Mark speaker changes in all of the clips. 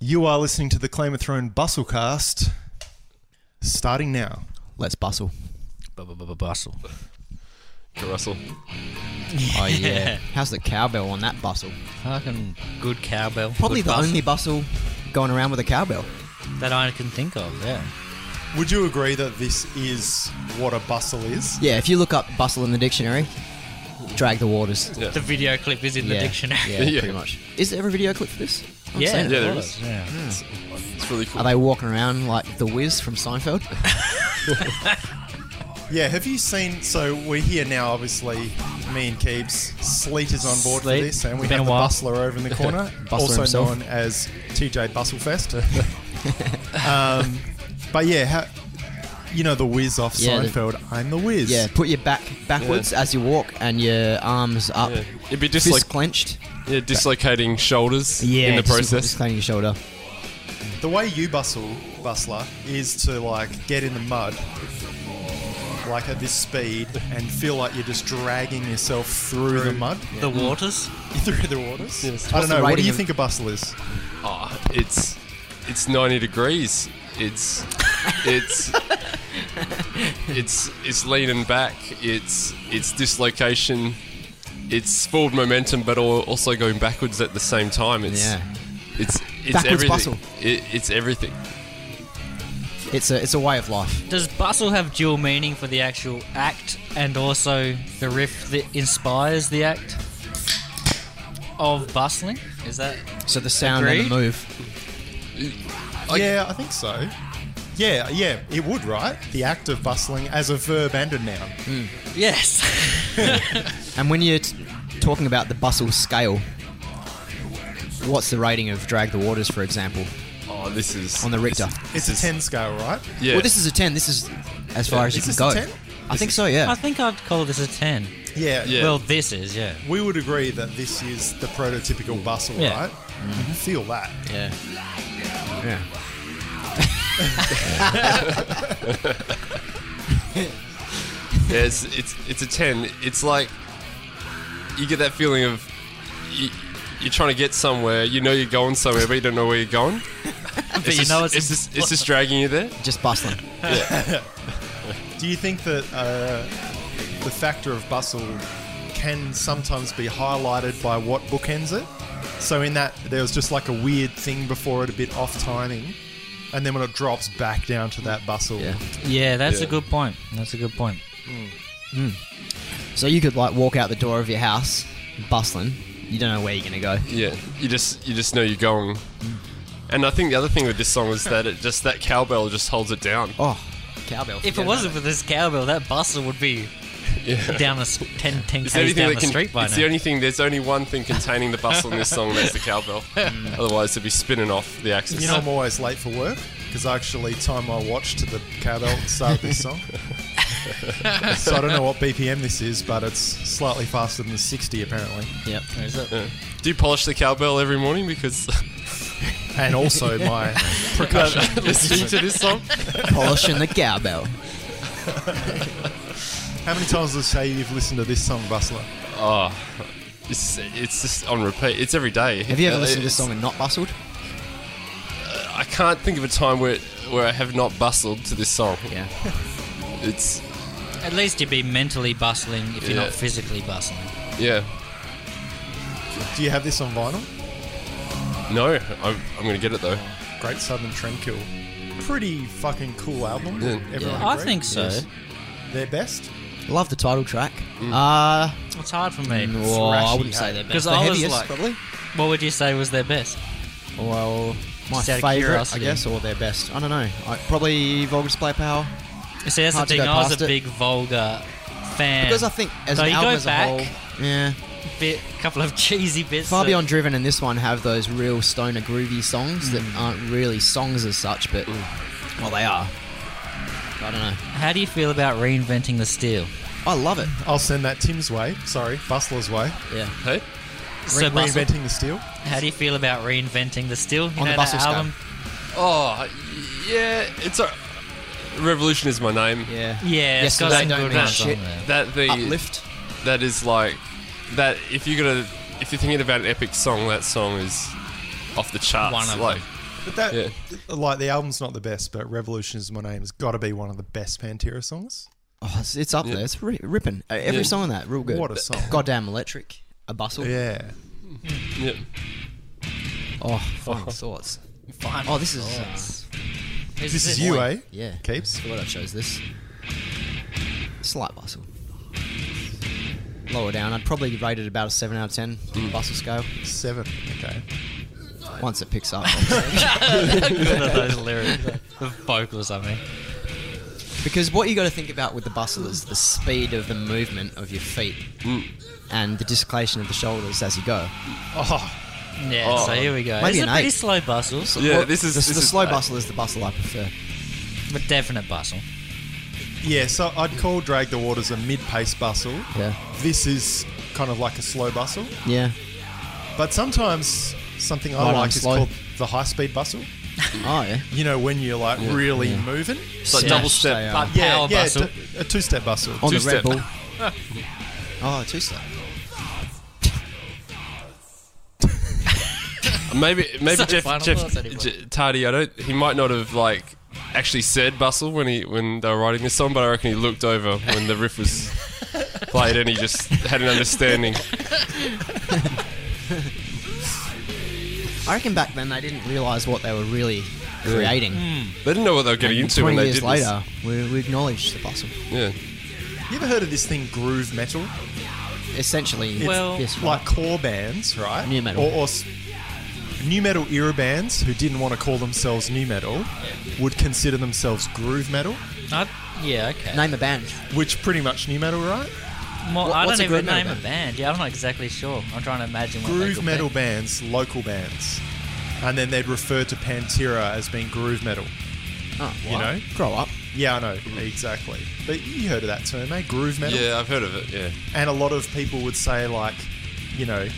Speaker 1: You are listening to the Claim of Throne Bustlecast, starting now.
Speaker 2: Let's bustle.
Speaker 3: Bustle.
Speaker 4: Russell.
Speaker 2: Oh yeah. How's the cowbell on that bustle?
Speaker 3: Fucking good cowbell.
Speaker 2: Probably
Speaker 3: Good
Speaker 2: the
Speaker 3: bustle
Speaker 2: only bustle going around with a cowbell.
Speaker 3: that I can think of. Yeah.
Speaker 1: Would you agree that this is what a bustle is?
Speaker 2: Yeah, if you look up bustle in the dictionary, drag the waters.
Speaker 4: Yeah.
Speaker 3: The video clip is in
Speaker 2: Yeah,
Speaker 3: the dictionary.
Speaker 2: Yeah,
Speaker 4: Yeah.
Speaker 2: pretty much. Is there a video clip for this? I'm
Speaker 3: yeah,
Speaker 2: saying it. Hmm.
Speaker 4: Yeah, there
Speaker 3: it
Speaker 4: is.
Speaker 3: was, Yeah.
Speaker 4: It's really cool.
Speaker 2: Are they walking around like the Wiz from Seinfeld?
Speaker 1: Yeah, have you seen? So we're here now, obviously, me and Keebs. Sleet is on board
Speaker 3: Sleet.
Speaker 1: for this, and we
Speaker 3: Been
Speaker 1: have
Speaker 3: a
Speaker 1: the
Speaker 3: while.
Speaker 1: Bustler over in the corner,
Speaker 2: Bustler
Speaker 1: also
Speaker 2: himself.
Speaker 1: known as TJ Bustlefest. um, but yeah, ha- you know the whiz off
Speaker 2: Yeah, the-
Speaker 1: Seinfeld. I'm the whiz.
Speaker 2: yeah, put your back backwards as you walk and your arms up,
Speaker 4: Yeah. Uh, It'd be just
Speaker 2: fists
Speaker 4: like
Speaker 2: clenched.
Speaker 4: yeah, dislocating shoulders in the
Speaker 2: just-
Speaker 4: process.
Speaker 2: Just cleaning your shoulder.
Speaker 1: The way you bustle, bustler, is to like get in the mud, like at this speed, and feel like you're just dragging yourself through, the mud,
Speaker 3: The waters.
Speaker 1: through the waters. I
Speaker 2: What's
Speaker 1: don't
Speaker 2: the
Speaker 1: know. What do
Speaker 2: rating
Speaker 1: you
Speaker 2: of-
Speaker 1: think a bustle is?
Speaker 4: Ah, it's it's 90 degrees. It's it's it's it's leaning back. It's it's dislocation. It's forward momentum, but al- also going backwards at the same time. It's
Speaker 2: Yeah.
Speaker 4: it's it's
Speaker 2: Backwards
Speaker 4: everything.
Speaker 2: bustle.
Speaker 4: It, it's everything.
Speaker 2: It's a it's a way of life.
Speaker 3: Does bustle have dual meaning for the actual act and also the riff that inspires the act of bustling? Is that
Speaker 2: So the sound and
Speaker 3: Agreed.
Speaker 2: the move.
Speaker 4: Like-
Speaker 1: yeah, I think so. Yeah, yeah, it would, right? The act of bustling as a verb and a noun.
Speaker 3: yes?
Speaker 2: And when you're t- talking about the bustle scale, what's the rating of drag the waters, for example,
Speaker 4: Oh, this is
Speaker 2: on the Richter?
Speaker 1: It's a ten scale, right?
Speaker 4: Yeah.
Speaker 2: Well, this is a ten. This is as far as you
Speaker 1: Is
Speaker 2: can
Speaker 1: this
Speaker 2: go.
Speaker 1: a 10?
Speaker 2: I think so. Yeah.
Speaker 3: I think I'd call this a ten.
Speaker 1: Yeah.
Speaker 4: Yeah.
Speaker 3: Well, this is yeah.
Speaker 1: We would agree that this is the prototypical bustle,
Speaker 3: Yeah.
Speaker 1: right? You can Feel that.
Speaker 2: Yeah. Yeah.
Speaker 4: Yeah, it's, it's it's a ten. It's like you get that feeling of you, you're trying to get somewhere. You know you're going somewhere, but you don't know where you're going.
Speaker 3: But
Speaker 4: It's
Speaker 3: you
Speaker 4: just-
Speaker 3: know it's,
Speaker 4: it's just, it's just dragging you there.
Speaker 2: Just bustling.
Speaker 1: Do you think that uh, the factor of bustle can sometimes be highlighted by what bookends it? So in that there was just like a weird thing before it, a bit off timing, and then when it drops back down to that bustle,
Speaker 2: Yeah.
Speaker 3: yeah. That's
Speaker 4: Yeah.
Speaker 3: a good point. That's a good point.
Speaker 2: So you could like walk out the door of your house, bustling. You don't know where you're gonna go.
Speaker 4: Yeah, you just you just know you're going. And I think the other thing with this song is that it just that cowbell just holds it down.
Speaker 2: Oh, cowbell.
Speaker 3: If it wasn't for this cowbell, that bustle would be down the s- 10, 10 k's
Speaker 4: It's the only
Speaker 3: down
Speaker 4: thing
Speaker 3: the
Speaker 4: that can,
Speaker 3: street by
Speaker 4: It's
Speaker 3: now.
Speaker 4: the only thing. There's only one thing containing the bustle in this song. That's the cowbell.
Speaker 3: Mm.
Speaker 4: Otherwise, it'd be spinning off the axis.
Speaker 1: You know, I'm always late for work because I actually time my watch to the cowbell at the start of this song. so I don't know what BPM this is, but it's slightly faster than 60 apparently.
Speaker 2: Yep.
Speaker 3: Is it?
Speaker 4: Yeah. Do you polish the cowbell every morning? Because
Speaker 1: And also my percussion.
Speaker 4: listening to this song,
Speaker 2: Polishing the cowbell.
Speaker 1: How many times does it say you've listened to this song, Bustler?
Speaker 4: oh, it's it's just on repeat. It's every day.
Speaker 2: Have you ever
Speaker 4: Uh,
Speaker 2: listened to
Speaker 4: it's-
Speaker 2: this song and not bustled?
Speaker 4: I can't think of a time where where I have not bustled to this song.
Speaker 2: Yeah.
Speaker 4: It's
Speaker 3: At least you'd be mentally bustling if you're
Speaker 4: Yeah.
Speaker 3: not physically bustling.
Speaker 4: yeah.
Speaker 1: Do you have this on vinyl?
Speaker 4: No, I'm, I'm gonna get it though.
Speaker 1: Great Southern Trendkill. Pretty fucking cool album.
Speaker 4: Yeah.
Speaker 1: Everyone
Speaker 3: I
Speaker 1: agree?
Speaker 3: think so.
Speaker 2: Yes.
Speaker 1: Their best?
Speaker 2: Love the title track.
Speaker 3: Mm.
Speaker 2: Uh,
Speaker 3: It's hard for me.
Speaker 2: well, I wouldn't
Speaker 1: hey.
Speaker 2: say they're best.
Speaker 3: 'Cause
Speaker 2: The
Speaker 3: I was
Speaker 2: heaviest,
Speaker 3: like-
Speaker 2: probably.
Speaker 3: What would you say was their best?
Speaker 2: Well, my
Speaker 3: Just out of
Speaker 2: favorite, I
Speaker 3: curiosity.
Speaker 2: guess, or their best. I don't know. I, probably Vulgar Display Power.
Speaker 3: See, that's
Speaker 2: Hard to
Speaker 3: the thing.
Speaker 2: go
Speaker 3: I was
Speaker 2: past
Speaker 3: a
Speaker 2: it.
Speaker 3: big vulgar fan.
Speaker 2: Because I think as
Speaker 3: So
Speaker 2: an
Speaker 3: you
Speaker 2: album
Speaker 3: go
Speaker 2: as a
Speaker 3: back-
Speaker 2: whole, yeah,
Speaker 3: bit, couple of cheesy bits.
Speaker 2: Far
Speaker 3: that-
Speaker 2: Beyond Driven and this one have those real stoner groovy songs that aren't really songs as such, but well, they are. I don't know.
Speaker 3: How do you feel about reinventing the steel?
Speaker 2: I love it.
Speaker 1: I'll send that Tim's way. Sorry, Bustler's way.
Speaker 2: Yeah.
Speaker 4: Hey,
Speaker 3: So,
Speaker 1: Re-
Speaker 3: Bustle,
Speaker 1: Reinventing the Steel.
Speaker 3: how do you feel about reinventing the steel? You
Speaker 2: On the
Speaker 3: know
Speaker 2: Bustle
Speaker 3: that
Speaker 2: scale.
Speaker 3: album?
Speaker 4: oh yeah, it's a revolution is my name.
Speaker 2: Yeah.
Speaker 3: Yeah, it's got
Speaker 2: Yesterday
Speaker 3: some
Speaker 2: don't
Speaker 3: good
Speaker 2: mean
Speaker 3: ones
Speaker 2: shit.
Speaker 3: on there.
Speaker 4: That the
Speaker 2: Uplift.
Speaker 4: that is like that if you're gonna if you're thinking about an epic song that song is off the charts
Speaker 3: One of
Speaker 4: like
Speaker 1: But that,
Speaker 4: Yeah.
Speaker 1: like, the album's not the best, but "Revolution Is My Name" has got to be one of the best Pantera songs.
Speaker 2: Oh, it's, it's up there. It's ri- ripping. Uh, Every
Speaker 4: Yeah.
Speaker 2: song on that, real good.
Speaker 1: What a song.
Speaker 2: Goddamn electric. A bustle.
Speaker 1: Yeah,
Speaker 4: Yep.
Speaker 2: Oh, final thoughts.
Speaker 3: Final
Speaker 2: Oh, this is.
Speaker 3: thoughts.
Speaker 2: uh,
Speaker 3: Who's
Speaker 1: this is you,
Speaker 2: point.
Speaker 1: eh?
Speaker 2: yeah.
Speaker 1: Keeps.
Speaker 2: Forgot I chose this. Slight bustle. Lower down. I'd probably rate it about a seven out of ten.
Speaker 4: Mm.
Speaker 2: Bustle scale.
Speaker 1: Seven. Okay.
Speaker 2: Once it picks up.
Speaker 3: Good at those lyrics, the vocals. I mean,
Speaker 2: Because what you got to think about with the bustle is the speed of the movement of your feet
Speaker 4: Mm.
Speaker 2: and the dislocation of the shoulders as you go.
Speaker 1: Oh,
Speaker 3: yeah.
Speaker 4: Oh.
Speaker 3: so here we go.
Speaker 2: Maybe
Speaker 3: it's
Speaker 2: an
Speaker 3: a pretty
Speaker 2: eight.
Speaker 3: slow bustle,
Speaker 2: So
Speaker 4: Yeah,
Speaker 2: what-
Speaker 4: this is-
Speaker 2: the,
Speaker 4: this
Speaker 2: the
Speaker 4: is
Speaker 2: slow
Speaker 4: bad.
Speaker 2: bustle is the bustle I prefer.
Speaker 3: but definite bustle.
Speaker 1: yeah. So I'd call "Drag the Waters" a mid-pace bustle.
Speaker 2: Yeah,
Speaker 1: This is kind of like a slow bustle,
Speaker 2: yeah.
Speaker 1: but sometimes something I
Speaker 2: Right on,
Speaker 1: like is
Speaker 2: slow.
Speaker 1: called the high-speed bustle.
Speaker 2: Oh yeah.
Speaker 1: You know, when you're like really moving.
Speaker 4: It's like double step.
Speaker 2: they are.
Speaker 3: But power
Speaker 1: yeah,
Speaker 3: bustle.
Speaker 1: t- a two-step bustle.
Speaker 2: on the
Speaker 4: Two-step.
Speaker 2: Red Bull. oh, two step.
Speaker 4: Maybe maybe
Speaker 3: Sorry,
Speaker 4: Jeff,
Speaker 3: final
Speaker 4: Jeff
Speaker 3: thoughts, anybody?
Speaker 4: J- Tardy. I don't. He might not have like actually said bustle when he when they were writing this song, but I reckon he looked over when the riff was played and he just had an understanding.
Speaker 2: I reckon back then they didn't realise what they were really creating.
Speaker 1: Hmm.
Speaker 4: They didn't know what they were getting into when
Speaker 2: Twenty
Speaker 4: they
Speaker 2: years
Speaker 4: did
Speaker 2: later, we, we acknowledge the bustle.
Speaker 4: this.
Speaker 1: You ever heard of this thing, groove metal?
Speaker 2: Essentially,
Speaker 1: It's
Speaker 3: Well-
Speaker 2: yes, right.
Speaker 1: like core bands, right?
Speaker 2: New metal.
Speaker 1: Or, or s- new metal era bands who didn't want to call themselves new metal would consider themselves groove metal,
Speaker 3: I- yeah, okay.
Speaker 2: name a band.
Speaker 1: which pretty much new metal, right?
Speaker 3: Well,
Speaker 2: What-
Speaker 3: I
Speaker 2: what's
Speaker 3: don't
Speaker 2: a
Speaker 3: even
Speaker 2: groove metal
Speaker 3: name a band. Yeah, I'm not exactly sure. I'm trying to imagine what they
Speaker 1: Groove
Speaker 3: could
Speaker 1: metal
Speaker 3: Be.
Speaker 1: bands, local bands. And then they'd refer to Pantera as being groove metal.
Speaker 2: Oh,
Speaker 1: You
Speaker 2: what?
Speaker 1: know?
Speaker 2: grow up.
Speaker 1: Yeah, I know, exactly. But you heard of that term, eh? Groove
Speaker 4: Yeah,
Speaker 1: metal.
Speaker 4: yeah, I've heard of it. Yeah,
Speaker 1: And a lot of people would say, like, you know,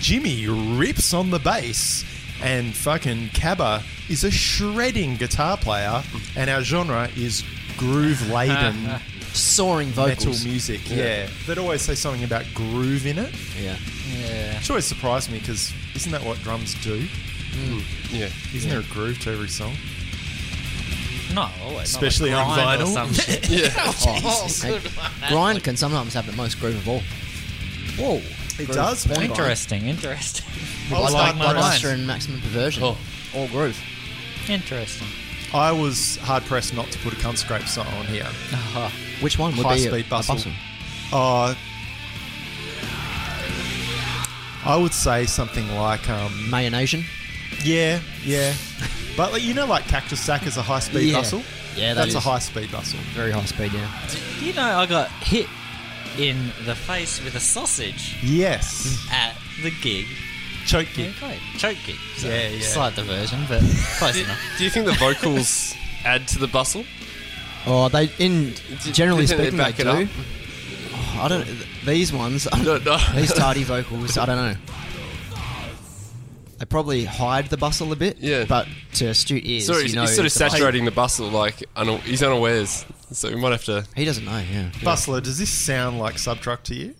Speaker 1: Jimmy rips on the bass, and fucking Cabba is a shredding guitar player, and our genre is groove laden
Speaker 2: Soaring
Speaker 1: metal
Speaker 2: vocals.
Speaker 1: music. Yeah. They'd always say something about groove in it,
Speaker 2: yeah.
Speaker 3: Yeah.
Speaker 1: which always surprised me because isn't that what drums do?
Speaker 4: yeah.
Speaker 1: Isn't there a groove to every song?
Speaker 3: No, always. not
Speaker 1: Especially
Speaker 3: like
Speaker 1: on
Speaker 3: grind or
Speaker 1: vinyl.
Speaker 3: some shit.
Speaker 4: Yeah,
Speaker 2: Oh, hey, Grind can sometimes have the most groove of all. Whoa.
Speaker 1: It does, man.
Speaker 3: Interesting, interesting,
Speaker 1: I was,
Speaker 3: Like
Speaker 1: hard-
Speaker 3: my mind.
Speaker 2: Bloodluster and Maximum Perversion.
Speaker 4: Oh.
Speaker 2: All groove.
Speaker 3: interesting.
Speaker 1: I was hard pressed not to put a cunt scrape song on here.
Speaker 2: Which one would
Speaker 1: Uh-huh. High
Speaker 2: be a-
Speaker 1: speed
Speaker 2: a
Speaker 1: bustle.
Speaker 2: bustle?
Speaker 1: Uh, I would say something like, um,
Speaker 2: Mayonnaise.
Speaker 1: yeah, yeah. But like, you know, like Cactus Sack is a high speed
Speaker 2: Yeah.
Speaker 1: bustle?
Speaker 2: Yeah, that
Speaker 1: that's a
Speaker 2: is.
Speaker 1: high speed bustle.
Speaker 2: Very high speed, yeah.
Speaker 3: You know, I got hit in the face with a sausage
Speaker 1: Yes.
Speaker 3: at the gig.
Speaker 1: Choke
Speaker 3: Yeah,
Speaker 1: kick.
Speaker 3: great. Choke gig. So
Speaker 1: Yeah, yeah.
Speaker 3: Slight diversion, but close
Speaker 4: Do,
Speaker 3: enough.
Speaker 4: do you think the vocals add to the bustle?
Speaker 2: Oh, they in
Speaker 4: Do-
Speaker 2: generally
Speaker 4: do you
Speaker 2: speaking
Speaker 4: think they back
Speaker 2: they
Speaker 4: it
Speaker 2: do.
Speaker 4: up?
Speaker 2: Oh, I don't. th- These ones, I
Speaker 4: No,
Speaker 2: don't,
Speaker 4: no.
Speaker 2: these tardy vocals, I don't know. They probably hide the bustle a bit.
Speaker 4: Yeah.
Speaker 2: But to astute ears,
Speaker 4: So
Speaker 2: you
Speaker 4: he's,
Speaker 2: know
Speaker 4: he's sort of
Speaker 2: it's the bustle.
Speaker 4: saturating the bustle, like una- he's unawares. So we might have to.
Speaker 2: He doesn't know. Yeah.
Speaker 1: Bustler, does this sound like Subtruck to you?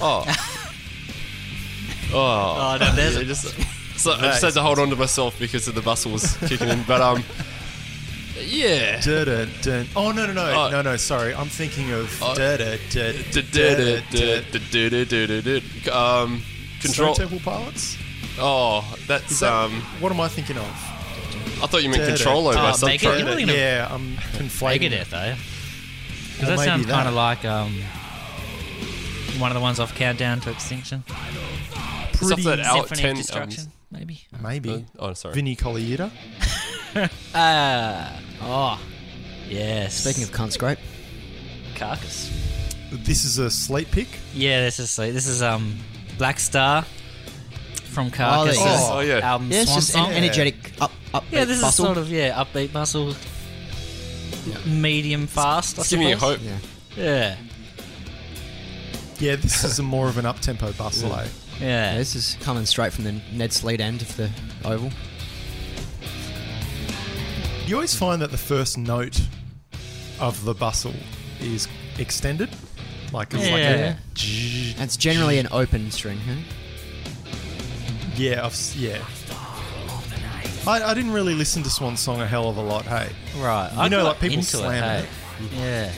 Speaker 4: Oh. oh.
Speaker 3: Oh, no, there's
Speaker 4: Yeah,
Speaker 3: a-
Speaker 4: just, so I just had to hold on to myself because of the bustle was kicking in. But um, yeah.
Speaker 1: Dun, dun, dun. Oh, no, no, no.
Speaker 4: Oh.
Speaker 1: no, no, sorry. I'm thinking of.
Speaker 4: Oh.
Speaker 1: dun, dun, dun,
Speaker 4: Du-
Speaker 1: dun,
Speaker 4: du- du-
Speaker 1: dun.
Speaker 4: du- du- du- du- du- du- du- Um, control.
Speaker 1: Stone Temple Pilots?
Speaker 4: Oh,
Speaker 1: Is
Speaker 4: that's
Speaker 1: that-
Speaker 4: um.
Speaker 1: what am I thinking of?
Speaker 4: I thought you meant
Speaker 1: Du- du-
Speaker 4: controller by
Speaker 3: Oh, make it-
Speaker 4: subtract.
Speaker 3: you're looking at-
Speaker 1: yeah, I'm conflating.
Speaker 3: Megadeth, though.
Speaker 1: Or
Speaker 3: Does that
Speaker 1: maybe
Speaker 3: sound
Speaker 1: that.
Speaker 3: kind of like um, one of the ones off Countdown to Extinction?
Speaker 4: It's off
Speaker 1: Pretty
Speaker 4: that Al-
Speaker 3: Symphony
Speaker 4: 10
Speaker 3: of Destruction, maybe?
Speaker 1: Maybe.
Speaker 4: albums. Oh, sorry.
Speaker 1: Vinny Colaiuta?
Speaker 3: Ah, oh, yes.
Speaker 2: Speaking of cunt scrape,
Speaker 3: carcass.
Speaker 1: This is a slate pick.
Speaker 3: Yeah, this is like, this is um Black Star from
Speaker 2: Oh, there
Speaker 3: Carcass.
Speaker 2: you
Speaker 4: go. Oh, yeah.
Speaker 3: Album
Speaker 2: yeah, it's
Speaker 3: Swan
Speaker 2: just
Speaker 3: Song.
Speaker 2: an energetic up up.
Speaker 3: Yeah, this
Speaker 2: bustle.
Speaker 3: is sort of yeah upbeat muscle,
Speaker 2: Yeah.
Speaker 3: medium fast. I
Speaker 4: It's giving you
Speaker 3: suppose.
Speaker 4: hope.
Speaker 2: Yeah.
Speaker 3: Yeah,
Speaker 1: Yeah, this is a more of an up tempo bustle. eh?
Speaker 2: Yeah,
Speaker 3: yeah.
Speaker 2: This is coming straight from the Ned Sleet end of the oval.
Speaker 1: You always find that the first note of the bustle is extended. Like it's like
Speaker 3: Yeah.
Speaker 1: a, Zzz.
Speaker 2: And it's generally an open string. Huh?
Speaker 1: yeah, I've, s- yeah. I, I didn't really listen to Swan Song a hell of a lot, hey.
Speaker 3: Right.
Speaker 1: You know, like, people slam
Speaker 3: it. hey.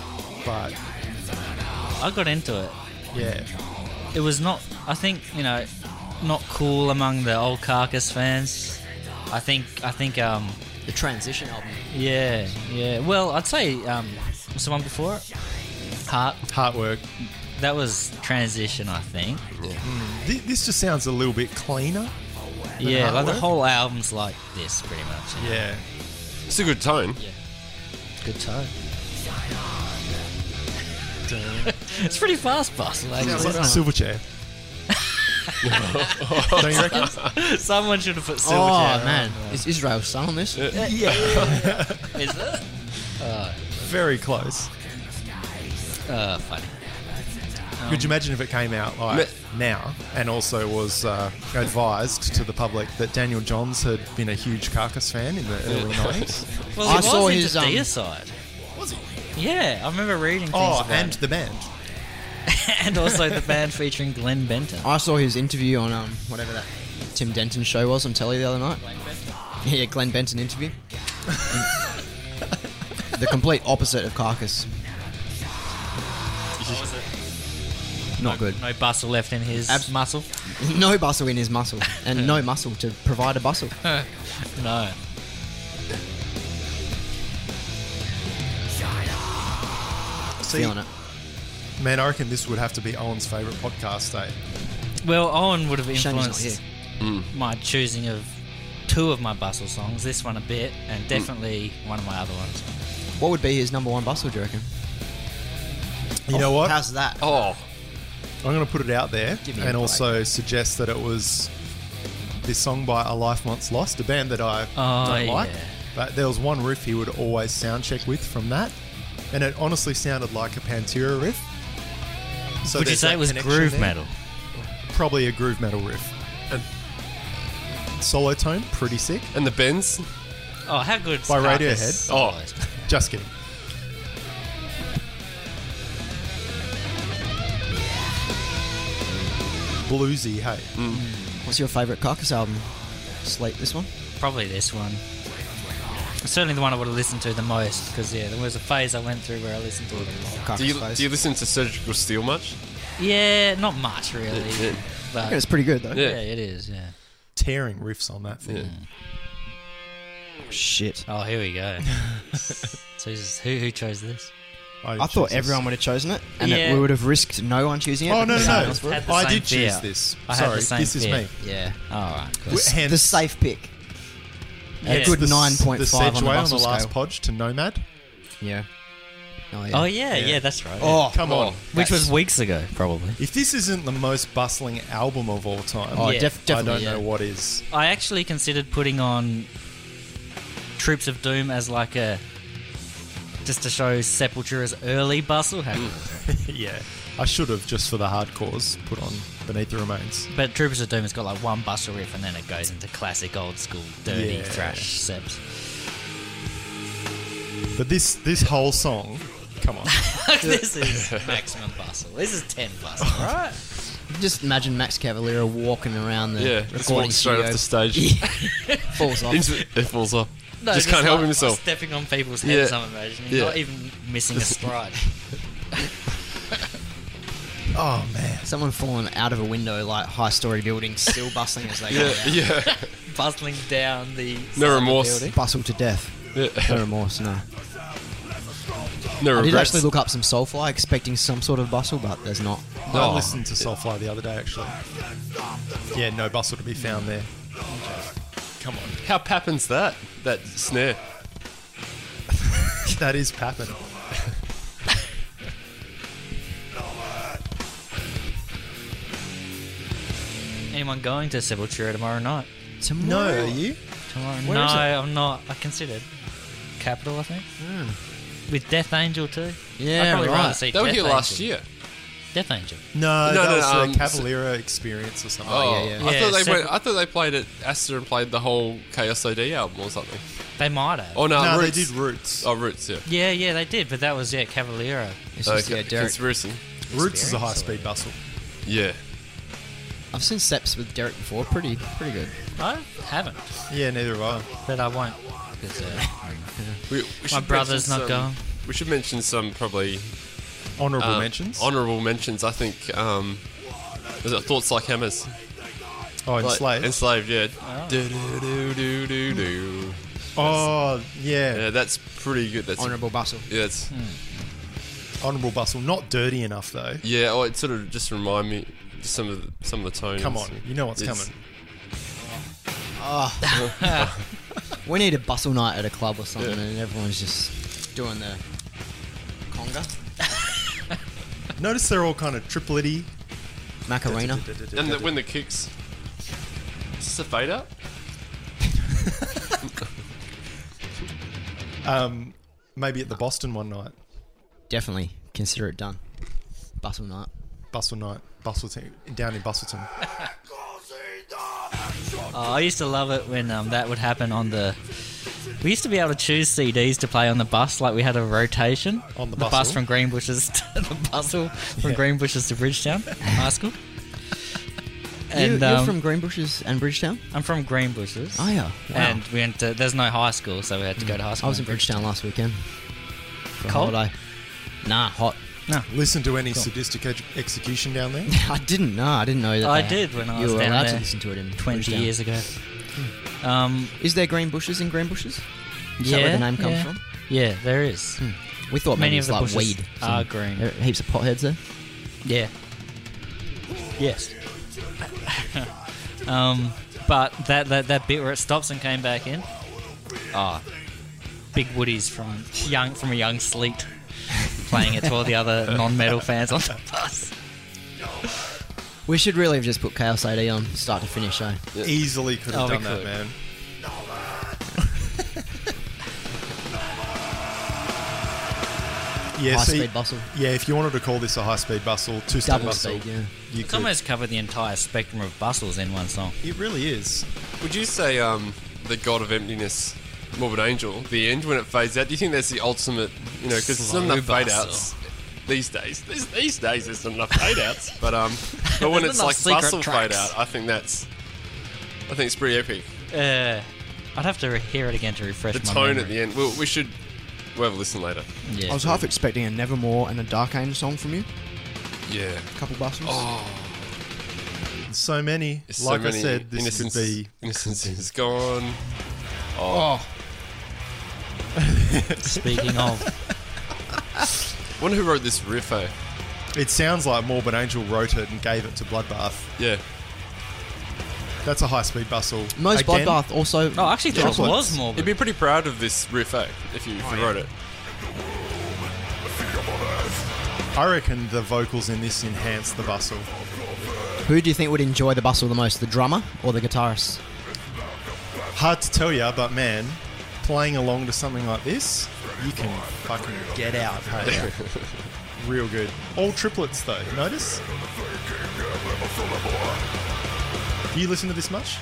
Speaker 1: But
Speaker 3: Yeah. I got into it.
Speaker 1: yeah,
Speaker 3: it was not I think you know not cool among the old carcass fans I think I think um
Speaker 2: The transition album.
Speaker 3: yeah yeah well I'd say um was the one before it? heart
Speaker 1: hard work.
Speaker 3: that was transition I think
Speaker 1: Th- this just sounds a little bit cleaner.
Speaker 3: yeah like the
Speaker 1: Heartwork?
Speaker 3: whole album's like this pretty much you know?
Speaker 1: Yeah.
Speaker 4: It's a good tone.
Speaker 3: good tone it's pretty fast bus like,
Speaker 1: It's like Silverchair. Don't you reckon?
Speaker 3: someone should have put
Speaker 2: Oh,
Speaker 3: silver
Speaker 2: man. Is Israel sung on this?
Speaker 3: is it
Speaker 1: Very close.
Speaker 3: uh funny
Speaker 1: Could you imagine if it came out like now and also was uh, advised to the public that Daniel Johns had been a huge Carcass fan in the early 90s?
Speaker 3: well
Speaker 2: I
Speaker 3: I
Speaker 2: saw
Speaker 3: saw into
Speaker 2: his, um,
Speaker 3: deicide
Speaker 1: Was he?
Speaker 3: yeah I remember reading things
Speaker 1: Oh,
Speaker 3: about
Speaker 1: and
Speaker 3: it.
Speaker 1: the band.
Speaker 3: and also the band featuring Glenn Benton.
Speaker 1: Oh,
Speaker 2: I saw his interview on um, whatever that Tim Denton show was on telly the other night. Yeah, Glenn Benton interview. the complete opposite of Carcass. Not good.
Speaker 3: No bustle left in his
Speaker 2: Abs-
Speaker 3: muscle.
Speaker 2: No bustle in his muscle, and no muscle to provide a bustle.
Speaker 3: No.
Speaker 1: See,
Speaker 2: Feeling it.
Speaker 1: man, I reckon this would have to be Owen's favourite podcast, eh?
Speaker 3: Well, Owen would have
Speaker 2: Shame he's not here.
Speaker 3: influenced my choosing of two of my bustle songs. This one a bit, and definitely one of my other ones.
Speaker 2: What would be his number one bustle? Do you reckon?
Speaker 1: You know what?
Speaker 2: How's that?
Speaker 4: Oh,
Speaker 1: I'm going to put it out there
Speaker 2: Give me a
Speaker 1: and
Speaker 2: break.
Speaker 1: also suggest that it was this song by A Life Once Lost, a band that I
Speaker 3: Oh,
Speaker 1: don't like.
Speaker 3: yeah.
Speaker 1: But there was one riff he would always sound check with from that, and it honestly sounded like a Pantera riff. So
Speaker 3: would you
Speaker 1: there's
Speaker 3: say
Speaker 1: that
Speaker 3: it was
Speaker 1: connection
Speaker 3: groove
Speaker 1: there.
Speaker 3: metal?
Speaker 1: Probably a groove metal riff. Solo tone, pretty sick.
Speaker 4: and the bends.
Speaker 3: Oh, how good!
Speaker 1: By
Speaker 3: Carcass
Speaker 1: Radiohead?
Speaker 3: solos.
Speaker 1: Just kidding. Bluesy, hey.
Speaker 2: What's your favourite Carcass album? Slate this one.
Speaker 3: Oh, probably this one. Certainly the one I would have listened to the most because yeah, there was a phase I went through where I listened to it a lot.
Speaker 2: Carcass
Speaker 4: Do you
Speaker 2: Phase.
Speaker 4: do you listen to Surgical Steel much?
Speaker 3: Yeah, not much really,
Speaker 4: Yeah.
Speaker 2: I
Speaker 3: but
Speaker 2: reckon it's pretty good though.
Speaker 3: yeah,
Speaker 4: Yeah.
Speaker 3: it is. Yeah.
Speaker 1: Tearing riffs on that thing.
Speaker 4: Yeah.
Speaker 2: Shit.
Speaker 3: Oh, here we go. so who's- who who chose this?
Speaker 2: I thought everyone would have chosen it, and that
Speaker 3: Yeah.
Speaker 2: we would have risked no one choosing it.
Speaker 1: Oh
Speaker 2: but
Speaker 1: no
Speaker 2: the
Speaker 1: no
Speaker 2: sound
Speaker 1: no!
Speaker 2: was worth it.
Speaker 3: Had the
Speaker 1: I
Speaker 3: same
Speaker 1: did choose
Speaker 3: fear.
Speaker 1: this.
Speaker 3: I had
Speaker 1: Sorry,
Speaker 3: the same
Speaker 1: this is
Speaker 3: fear.
Speaker 1: me.
Speaker 3: Yeah. All right. Cool.
Speaker 1: W- Hence,
Speaker 2: The safe pick.
Speaker 3: Yeah.
Speaker 2: A good
Speaker 1: the s-
Speaker 2: nine point
Speaker 1: The
Speaker 2: five
Speaker 1: Sedgway
Speaker 2: on the,
Speaker 1: on the
Speaker 2: Russell
Speaker 1: last
Speaker 2: scale.
Speaker 1: podge to Nomad.
Speaker 2: Yeah. Oh yeah.
Speaker 3: Oh yeah, yeah,
Speaker 1: Yeah.
Speaker 3: that's right.
Speaker 2: Oh,
Speaker 1: Come
Speaker 4: Oh.
Speaker 1: on!
Speaker 3: which was
Speaker 2: that's-
Speaker 3: weeks ago, probably.
Speaker 1: If this isn't the most bustling album of all time,
Speaker 2: Oh,
Speaker 3: Yeah.
Speaker 2: def-
Speaker 1: I
Speaker 2: definitely.
Speaker 1: don't know
Speaker 2: yeah.
Speaker 1: what is.
Speaker 3: I actually considered putting on Troops of Doom as like a just to show Sepultura's early bustle, how-
Speaker 4: Mm.
Speaker 1: yeah, I should have just for the hardcores put on Beneath the Remains.
Speaker 3: but Troops of Doom has got like one bustle riff and then it goes into classic old school dirty
Speaker 1: Yeah.
Speaker 3: thrash seps.
Speaker 1: But this this whole song, come on,
Speaker 3: this is maximum bustle. This is ten bustle, right?
Speaker 2: Just imagine Max Cavalera walking around the
Speaker 4: Yeah, just
Speaker 2: recording
Speaker 4: walks straight
Speaker 2: studio.
Speaker 4: off the stage.
Speaker 2: falls off.
Speaker 4: Into- it falls off.
Speaker 3: No,
Speaker 4: just, can't help
Speaker 3: like
Speaker 4: himself.
Speaker 3: Stepping on people's heads,
Speaker 4: Yeah.
Speaker 3: I'm imagining.
Speaker 4: Yeah.
Speaker 3: Not even missing a stride.
Speaker 1: oh man,
Speaker 2: Someone falling out of a window, like high story building, still bustling as they go.
Speaker 4: Yeah,
Speaker 2: down.
Speaker 4: yeah.
Speaker 3: bustling down the. side of
Speaker 4: No
Speaker 3: the
Speaker 4: remorse.
Speaker 3: building.
Speaker 2: Bustle to death.
Speaker 4: Yeah.
Speaker 2: No remorse. No.
Speaker 4: No
Speaker 2: I did
Speaker 4: regrets.
Speaker 2: actually look up some Soulfly, expecting some sort of bustle, but there's not.
Speaker 1: I
Speaker 4: Oh.
Speaker 1: listened to Soulfly the other day actually. Yeah, no bustle to be found there. Come on,
Speaker 4: How pappin's that? That snare.
Speaker 1: that is Pappin.
Speaker 3: Anyone going to Sepultura tomorrow night?
Speaker 1: No,
Speaker 2: Tomorrow.
Speaker 1: are you?
Speaker 3: Tomorrow?
Speaker 2: Where
Speaker 3: no,
Speaker 2: is it?
Speaker 3: I'm not. I considered Capital, I think. With Death Angel too.
Speaker 2: Yeah,
Speaker 3: I'd probably
Speaker 2: right.
Speaker 3: rather see
Speaker 4: That was
Speaker 3: Death
Speaker 4: here last
Speaker 3: Angel.
Speaker 4: year.
Speaker 3: Death Angel.
Speaker 1: No,
Speaker 4: No,
Speaker 1: that
Speaker 4: no,
Speaker 1: was
Speaker 4: no,
Speaker 1: a
Speaker 4: um,
Speaker 1: Cavalera experience or something.
Speaker 4: Oh,
Speaker 2: yeah, yeah.
Speaker 4: I
Speaker 3: Yeah,
Speaker 4: thought they
Speaker 3: separate-
Speaker 4: went, I thought they played at Astor and played the whole Chaos OD album or something.
Speaker 3: They might have.
Speaker 4: Oh no,
Speaker 1: no,
Speaker 4: Roots.
Speaker 1: they did Roots.
Speaker 4: Oh, Roots. Yeah.
Speaker 3: Yeah, yeah, they did, but that was yeah, Cavalera.
Speaker 2: It's just,
Speaker 4: Okay.
Speaker 2: yeah, Derek.
Speaker 4: Conspiracy.
Speaker 1: Roots is a
Speaker 3: Experience,
Speaker 1: high speed bustle.
Speaker 4: Yeah.
Speaker 2: I've seen steps with Derek before. Pretty, pretty good.
Speaker 3: I haven't,
Speaker 1: Yeah, neither have I.
Speaker 3: but I won't. 'cause, uh,
Speaker 4: We, we should mention
Speaker 3: brother's not
Speaker 4: some-
Speaker 3: going.
Speaker 4: We should mention some probably
Speaker 1: Honourable
Speaker 4: um,
Speaker 1: mentions.
Speaker 4: Honorable mentions. I think um, was it thoughts like hammers?
Speaker 1: oh,
Speaker 4: Like-
Speaker 1: enslaved.
Speaker 4: Enslaved. Yeah. Do, do, do, do, do, do.
Speaker 1: oh, yeah.
Speaker 4: Yeah, that's pretty good. That's
Speaker 2: Honourable bustle.
Speaker 4: Yeah, that's,
Speaker 1: Honourable bustle. Not dirty enough though.
Speaker 4: yeah. Oh, it sort of just remind me some of the, some of the tones.
Speaker 1: Come on, you know what's
Speaker 4: It's-
Speaker 1: coming.
Speaker 2: We need a bustle night at a club or something, and everyone's just doing the conga,
Speaker 1: Notice they're all kind of triplety.
Speaker 2: macarena.
Speaker 4: And the, when the kicks. Is this a fade up?
Speaker 1: Um, maybe at the Boston one night,
Speaker 2: Definitely consider it done. Bustle night.
Speaker 1: bustle night, Bustleton down in Bustleton.
Speaker 3: Oh, I used to love it when um, that would happen on the. We used to be able to choose CDs to play on the bus, like we had a rotation
Speaker 1: On the
Speaker 3: bus
Speaker 1: bustle.
Speaker 3: from Greenbushes to the bustle from
Speaker 1: Yeah.
Speaker 3: Greenbushes to Bridgetown High School.
Speaker 2: you,
Speaker 3: And
Speaker 2: you're
Speaker 3: um,
Speaker 2: from Greenbushes and Bridgetown.
Speaker 3: I'm from Greenbushes.
Speaker 2: Oh yeah. Wow.
Speaker 3: And we went to. There's no high school, so we had to go to high school.
Speaker 2: I was in Bridgetown last weekend. For a
Speaker 3: Cold?
Speaker 2: holiday. Nah, hot.
Speaker 1: Listen to any sadistic ex- execution down there?
Speaker 2: I didn't know. I didn't know that.
Speaker 3: I
Speaker 2: they-
Speaker 3: did when I
Speaker 2: you
Speaker 3: was
Speaker 2: were
Speaker 3: down
Speaker 2: allowed to
Speaker 3: there
Speaker 2: listen to it in
Speaker 3: 20
Speaker 2: Bridgetown.
Speaker 3: years ago. Um,
Speaker 2: Is there green bushes in green bushes? Is
Speaker 3: yeah,
Speaker 2: that where the name comes
Speaker 3: yeah.
Speaker 2: from? Hmm.
Speaker 3: Yeah, there is.
Speaker 2: We thought
Speaker 3: Many
Speaker 2: maybe
Speaker 3: of
Speaker 2: it's
Speaker 3: the
Speaker 2: like
Speaker 3: bushes
Speaker 2: weed.
Speaker 3: are
Speaker 2: Some-
Speaker 3: green.
Speaker 2: there are heaps of potheads there.
Speaker 3: Yeah. Yes. um, but that, that that bit where it stops and came back in. Ah, big woodies from young from a young sleet, playing it to all the other non-metal fans on the bus.
Speaker 2: We should really have just put Chaos AD on start to finish, eh?
Speaker 1: Easily could have
Speaker 3: Oh, we
Speaker 1: done that,
Speaker 3: could.
Speaker 1: man. yeah,
Speaker 2: High
Speaker 1: see-
Speaker 2: speed bustle.
Speaker 1: yeah, if you wanted to call this a high speed bustle, two step
Speaker 2: Double
Speaker 1: bustle,
Speaker 2: speed, yeah.
Speaker 1: you
Speaker 3: It's
Speaker 1: could.
Speaker 3: almost covered the entire spectrum of bustles in one song.
Speaker 1: it really is.
Speaker 4: Would you say um, the god of emptiness, Morbid Angel, the end when it fades out? Do you think that's the ultimate? You know, because there's not
Speaker 3: Slow
Speaker 4: enough fade
Speaker 3: bustle.
Speaker 4: outs these days. These, these days, there's not enough fade outs. But um, but when
Speaker 3: There's
Speaker 4: it's
Speaker 3: not
Speaker 4: like
Speaker 3: secret
Speaker 4: bustle fade
Speaker 3: tracks.
Speaker 4: out, I think that's, I think it's pretty epic.
Speaker 3: Uh, I'd have to re- hear it again to refresh
Speaker 4: The
Speaker 3: my
Speaker 4: tone
Speaker 3: memory.
Speaker 4: at the end. We'll, we should. We'll have a listen later.
Speaker 3: Yeah.
Speaker 5: I was half expecting a Nevermore and a Dark Angel song from you.
Speaker 4: Yeah.
Speaker 5: A couple bustles.
Speaker 1: So many.
Speaker 4: There's
Speaker 1: like
Speaker 4: so many
Speaker 1: I said, this would
Speaker 4: innocence,
Speaker 1: be
Speaker 4: innocence is gone.
Speaker 3: Speaking of,
Speaker 4: Wonder who wrote this riff? Eh?
Speaker 1: It sounds like Morbid Angel wrote it and gave it to Bloodbath.
Speaker 4: Yeah.
Speaker 1: That's a high speed bustle.
Speaker 2: Most
Speaker 1: Again,
Speaker 2: Bloodbath also.
Speaker 3: oh, I actually thought it
Speaker 1: Chocolates.
Speaker 3: was more.
Speaker 4: You'd be pretty proud of this riff, eh? If you, if you wrote it.
Speaker 1: I reckon the vocals in this enhance the bustle.
Speaker 2: Who do you think would enjoy the bustle the most, the drummer or the guitarist?
Speaker 1: Hard to tell ya, but man, playing along to something like this, you can fucking get out. Hey? Real good. All triplets though, notice? You listen to this much?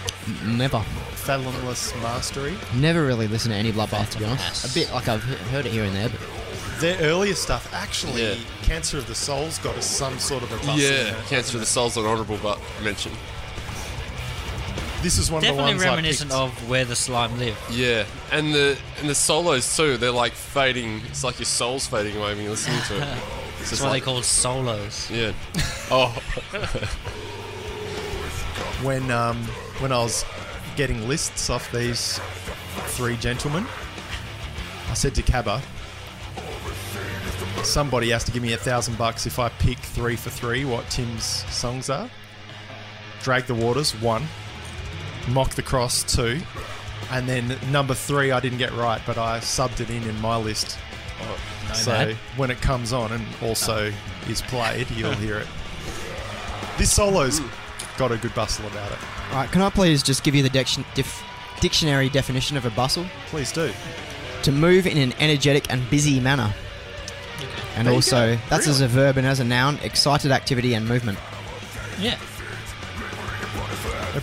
Speaker 2: Never.
Speaker 1: Fathomless Mastery.
Speaker 2: Never really listened to any Bloodbath, to be honest. A bit like I've he- heard it here and there, but
Speaker 1: Their earlier stuff, actually,
Speaker 4: Yeah.
Speaker 1: Cancer of the Soul's got us some sort of a bustle. in
Speaker 4: Yeah.
Speaker 1: it.
Speaker 4: Cancer of the Soul's an honourable but mention.
Speaker 1: This is one
Speaker 3: definitely
Speaker 1: of the ones I
Speaker 3: reminiscent
Speaker 1: picked.
Speaker 3: of where the slime lived.
Speaker 4: Yeah, and the and the solos too. They're like fading. It's like your soul's fading away when you're listening to it. It's
Speaker 3: That's
Speaker 4: just
Speaker 3: why they
Speaker 4: like,
Speaker 3: call it solos.
Speaker 4: yeah. Oh,
Speaker 1: when um, when I was getting lists off these three gentlemen, I said to Cabba, somebody has to give me a thousand bucks if I pick three for three what Tim's songs are. Drag the Waters, one. Mock the Cross, two. And then number three, I didn't get right, but I subbed it in in my list. so
Speaker 3: bad.
Speaker 1: when it comes on and also is played, you'll hear it. This solo's got a good bustle about it.
Speaker 2: Right, can I please just give you the diction- dif- dictionary definition of a bustle?
Speaker 1: Please do.
Speaker 2: To move in an energetic and busy manner. And
Speaker 1: There you
Speaker 2: also,
Speaker 1: go.
Speaker 2: that's as a verb and as a noun, excited activity and movement.
Speaker 3: Yeah,
Speaker 1: It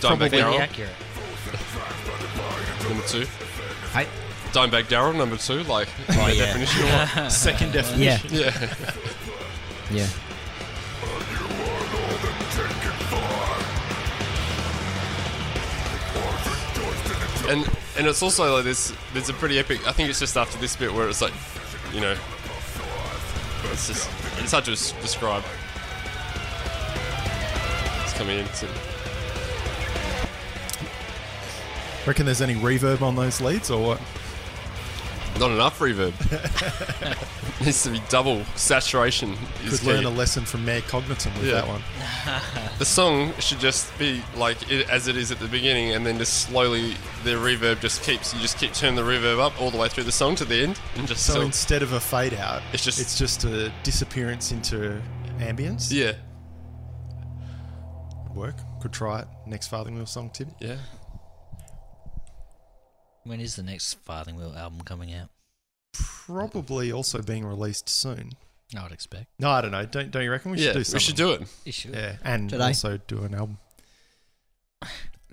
Speaker 4: Dimebag
Speaker 1: probably-
Speaker 3: pretty
Speaker 4: Darrell
Speaker 3: accurate.
Speaker 4: number two.
Speaker 2: Hey?
Speaker 4: Dimebag Daryl number two. Like by
Speaker 2: yeah.
Speaker 4: definition. Or what?
Speaker 1: second definition.
Speaker 2: Yeah,
Speaker 4: Yeah.
Speaker 2: yeah.
Speaker 4: and and it's also like this. There's a pretty epic. I think it's just after this bit where it's like, you know, it's just it's hard to s- describe. It's coming in. It's in.
Speaker 1: Reckon there's any reverb on those leads or what?
Speaker 4: Not enough reverb. Needs to be double saturation. Is
Speaker 1: Could learn
Speaker 4: key.
Speaker 1: a lesson from Mayor Cogniton with
Speaker 4: Yeah.
Speaker 1: that one.
Speaker 4: the song should just be like it, as it is at the beginning, and then just slowly the reverb just keeps. You just keep turning the reverb up all the way through the song to the end, and just
Speaker 1: So,
Speaker 4: so-
Speaker 1: instead of a fade out,
Speaker 4: It's just-
Speaker 1: it's just a disappearance into ambience.
Speaker 4: yeah,
Speaker 1: Could Work. Could try it. Next Farthing Wheel song, Tim.
Speaker 4: yeah.
Speaker 3: When is the next Farthing Wheel album coming out?
Speaker 1: Probably also being released soon.
Speaker 3: I would expect.
Speaker 1: No, I don't know. Don't don't you reckon we
Speaker 4: yeah,
Speaker 1: should do something?
Speaker 4: we should do it.
Speaker 3: You should.
Speaker 1: Yeah, and
Speaker 2: Today.
Speaker 1: also do an album.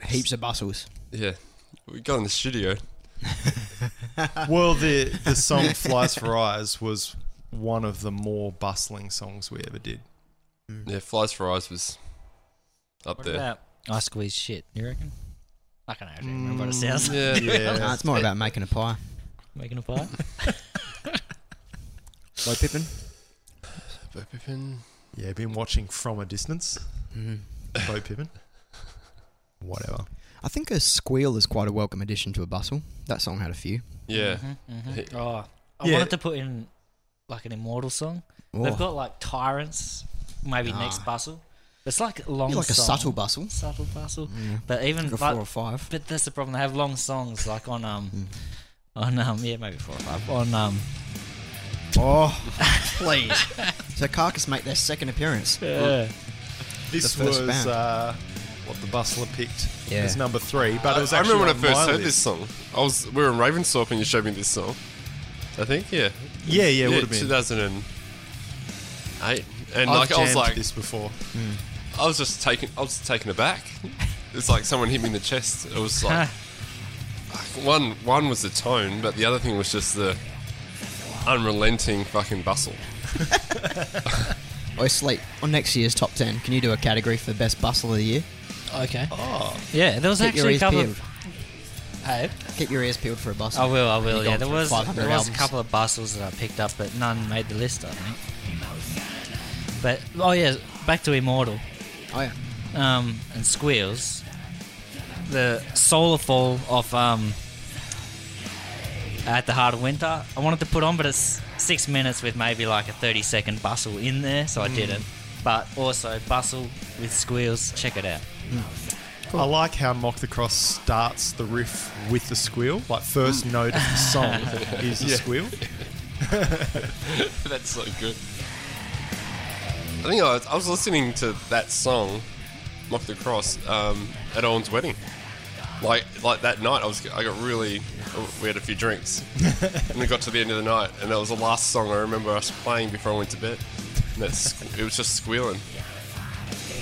Speaker 2: Heaps of bustles.
Speaker 4: Yeah, we go in the studio. Ah.
Speaker 1: Well, the the song "Flies for Eyes" was one of the more bustling songs we ever did.
Speaker 4: Yeah, Flies for Eyes was up
Speaker 3: What
Speaker 4: there.
Speaker 3: about I Squeeze Shit? You reckon? I can actually remember what it sounds like.
Speaker 4: Yeah,
Speaker 2: Nah, it's more about making a pie.
Speaker 3: Making a fire?
Speaker 5: Bo Pippin.
Speaker 4: Bo Pippin.
Speaker 1: yeah. Been watching from a distance.
Speaker 2: Mm-hmm.
Speaker 5: Mhm.
Speaker 1: Bo Pippin. Whatever.
Speaker 5: I think
Speaker 2: A squeal is quite a welcome addition to a bustle. That song had a few.
Speaker 4: Yeah,
Speaker 3: Mhm, mhm. Oh, I
Speaker 1: Yeah.
Speaker 3: wanted to put in like an immortal song. They've got like Tyrants, maybe
Speaker 2: Oh. Ah.
Speaker 3: Next Bustle. It's like a long
Speaker 2: like a
Speaker 3: song.
Speaker 2: subtle bustle.
Speaker 3: Subtle Bustle. But even
Speaker 2: Like a
Speaker 3: like-
Speaker 2: four or five.
Speaker 3: But that's the problem. They have long songs like on um
Speaker 2: Mm-hmm.
Speaker 3: on um yeah maybe four or five on um
Speaker 2: Oh, please. so Carcass make their second appearance.
Speaker 1: This
Speaker 2: The first
Speaker 1: was
Speaker 2: band.
Speaker 1: uh, what the Bustler picked
Speaker 2: Yeah.
Speaker 1: as number three, but
Speaker 4: I,
Speaker 1: it was
Speaker 4: I
Speaker 1: actually
Speaker 4: remember when I
Speaker 1: on
Speaker 4: first
Speaker 1: my
Speaker 4: heard this
Speaker 1: list.
Speaker 4: song. I was we were in Ravensthorpe and you showed me this song. I think yeah,
Speaker 1: Yeah, yeah, it
Speaker 4: yeah
Speaker 1: would have been.
Speaker 4: 2008, and
Speaker 1: I've
Speaker 4: like I was
Speaker 1: jammed
Speaker 4: like,
Speaker 1: this before.
Speaker 4: I was just taken, I was taken aback. It's like someone hit me in the chest. It was like one, one was the tone, but the other thing was just the unrelenting fucking bustle.
Speaker 2: Oh, Sleep, on next year's top 10, can you do a category for best bustle of the year?
Speaker 3: okay oh yeah there was
Speaker 2: Keep your E
Speaker 3: actually a
Speaker 2: ears
Speaker 3: couple
Speaker 2: peeled.
Speaker 3: of hey
Speaker 2: Keep your ears peeled for a bustle.
Speaker 3: I will I will
Speaker 2: You've
Speaker 3: yeah
Speaker 2: gone
Speaker 3: there
Speaker 2: through
Speaker 3: was
Speaker 2: 500
Speaker 3: there was a
Speaker 2: albums.
Speaker 3: couple of bustles that I picked up but none made the list I think but oh yeah back to immortal
Speaker 2: Oh, yeah.
Speaker 3: um, and squeals. The solar fall of um, at the heart of winter. I wanted to put on, but it's six minutes with maybe like a thirty-second bustle in there, so I didn't.
Speaker 1: Mm.
Speaker 3: But also bustle with squeals. Check it out.
Speaker 1: I like how Mock the Cross starts the riff with the squeal. Like first note of the song is a
Speaker 4: Yeah.
Speaker 1: squeal.
Speaker 4: That's so good. I think I was, I was listening to that song, Mock the Cross, um, at Owen's wedding. Like, like that night, I was, I got really, we had a few drinks, and we got to the end of the night, and that was the last song I remember us playing before I went to bed. And that's, it was just squealing.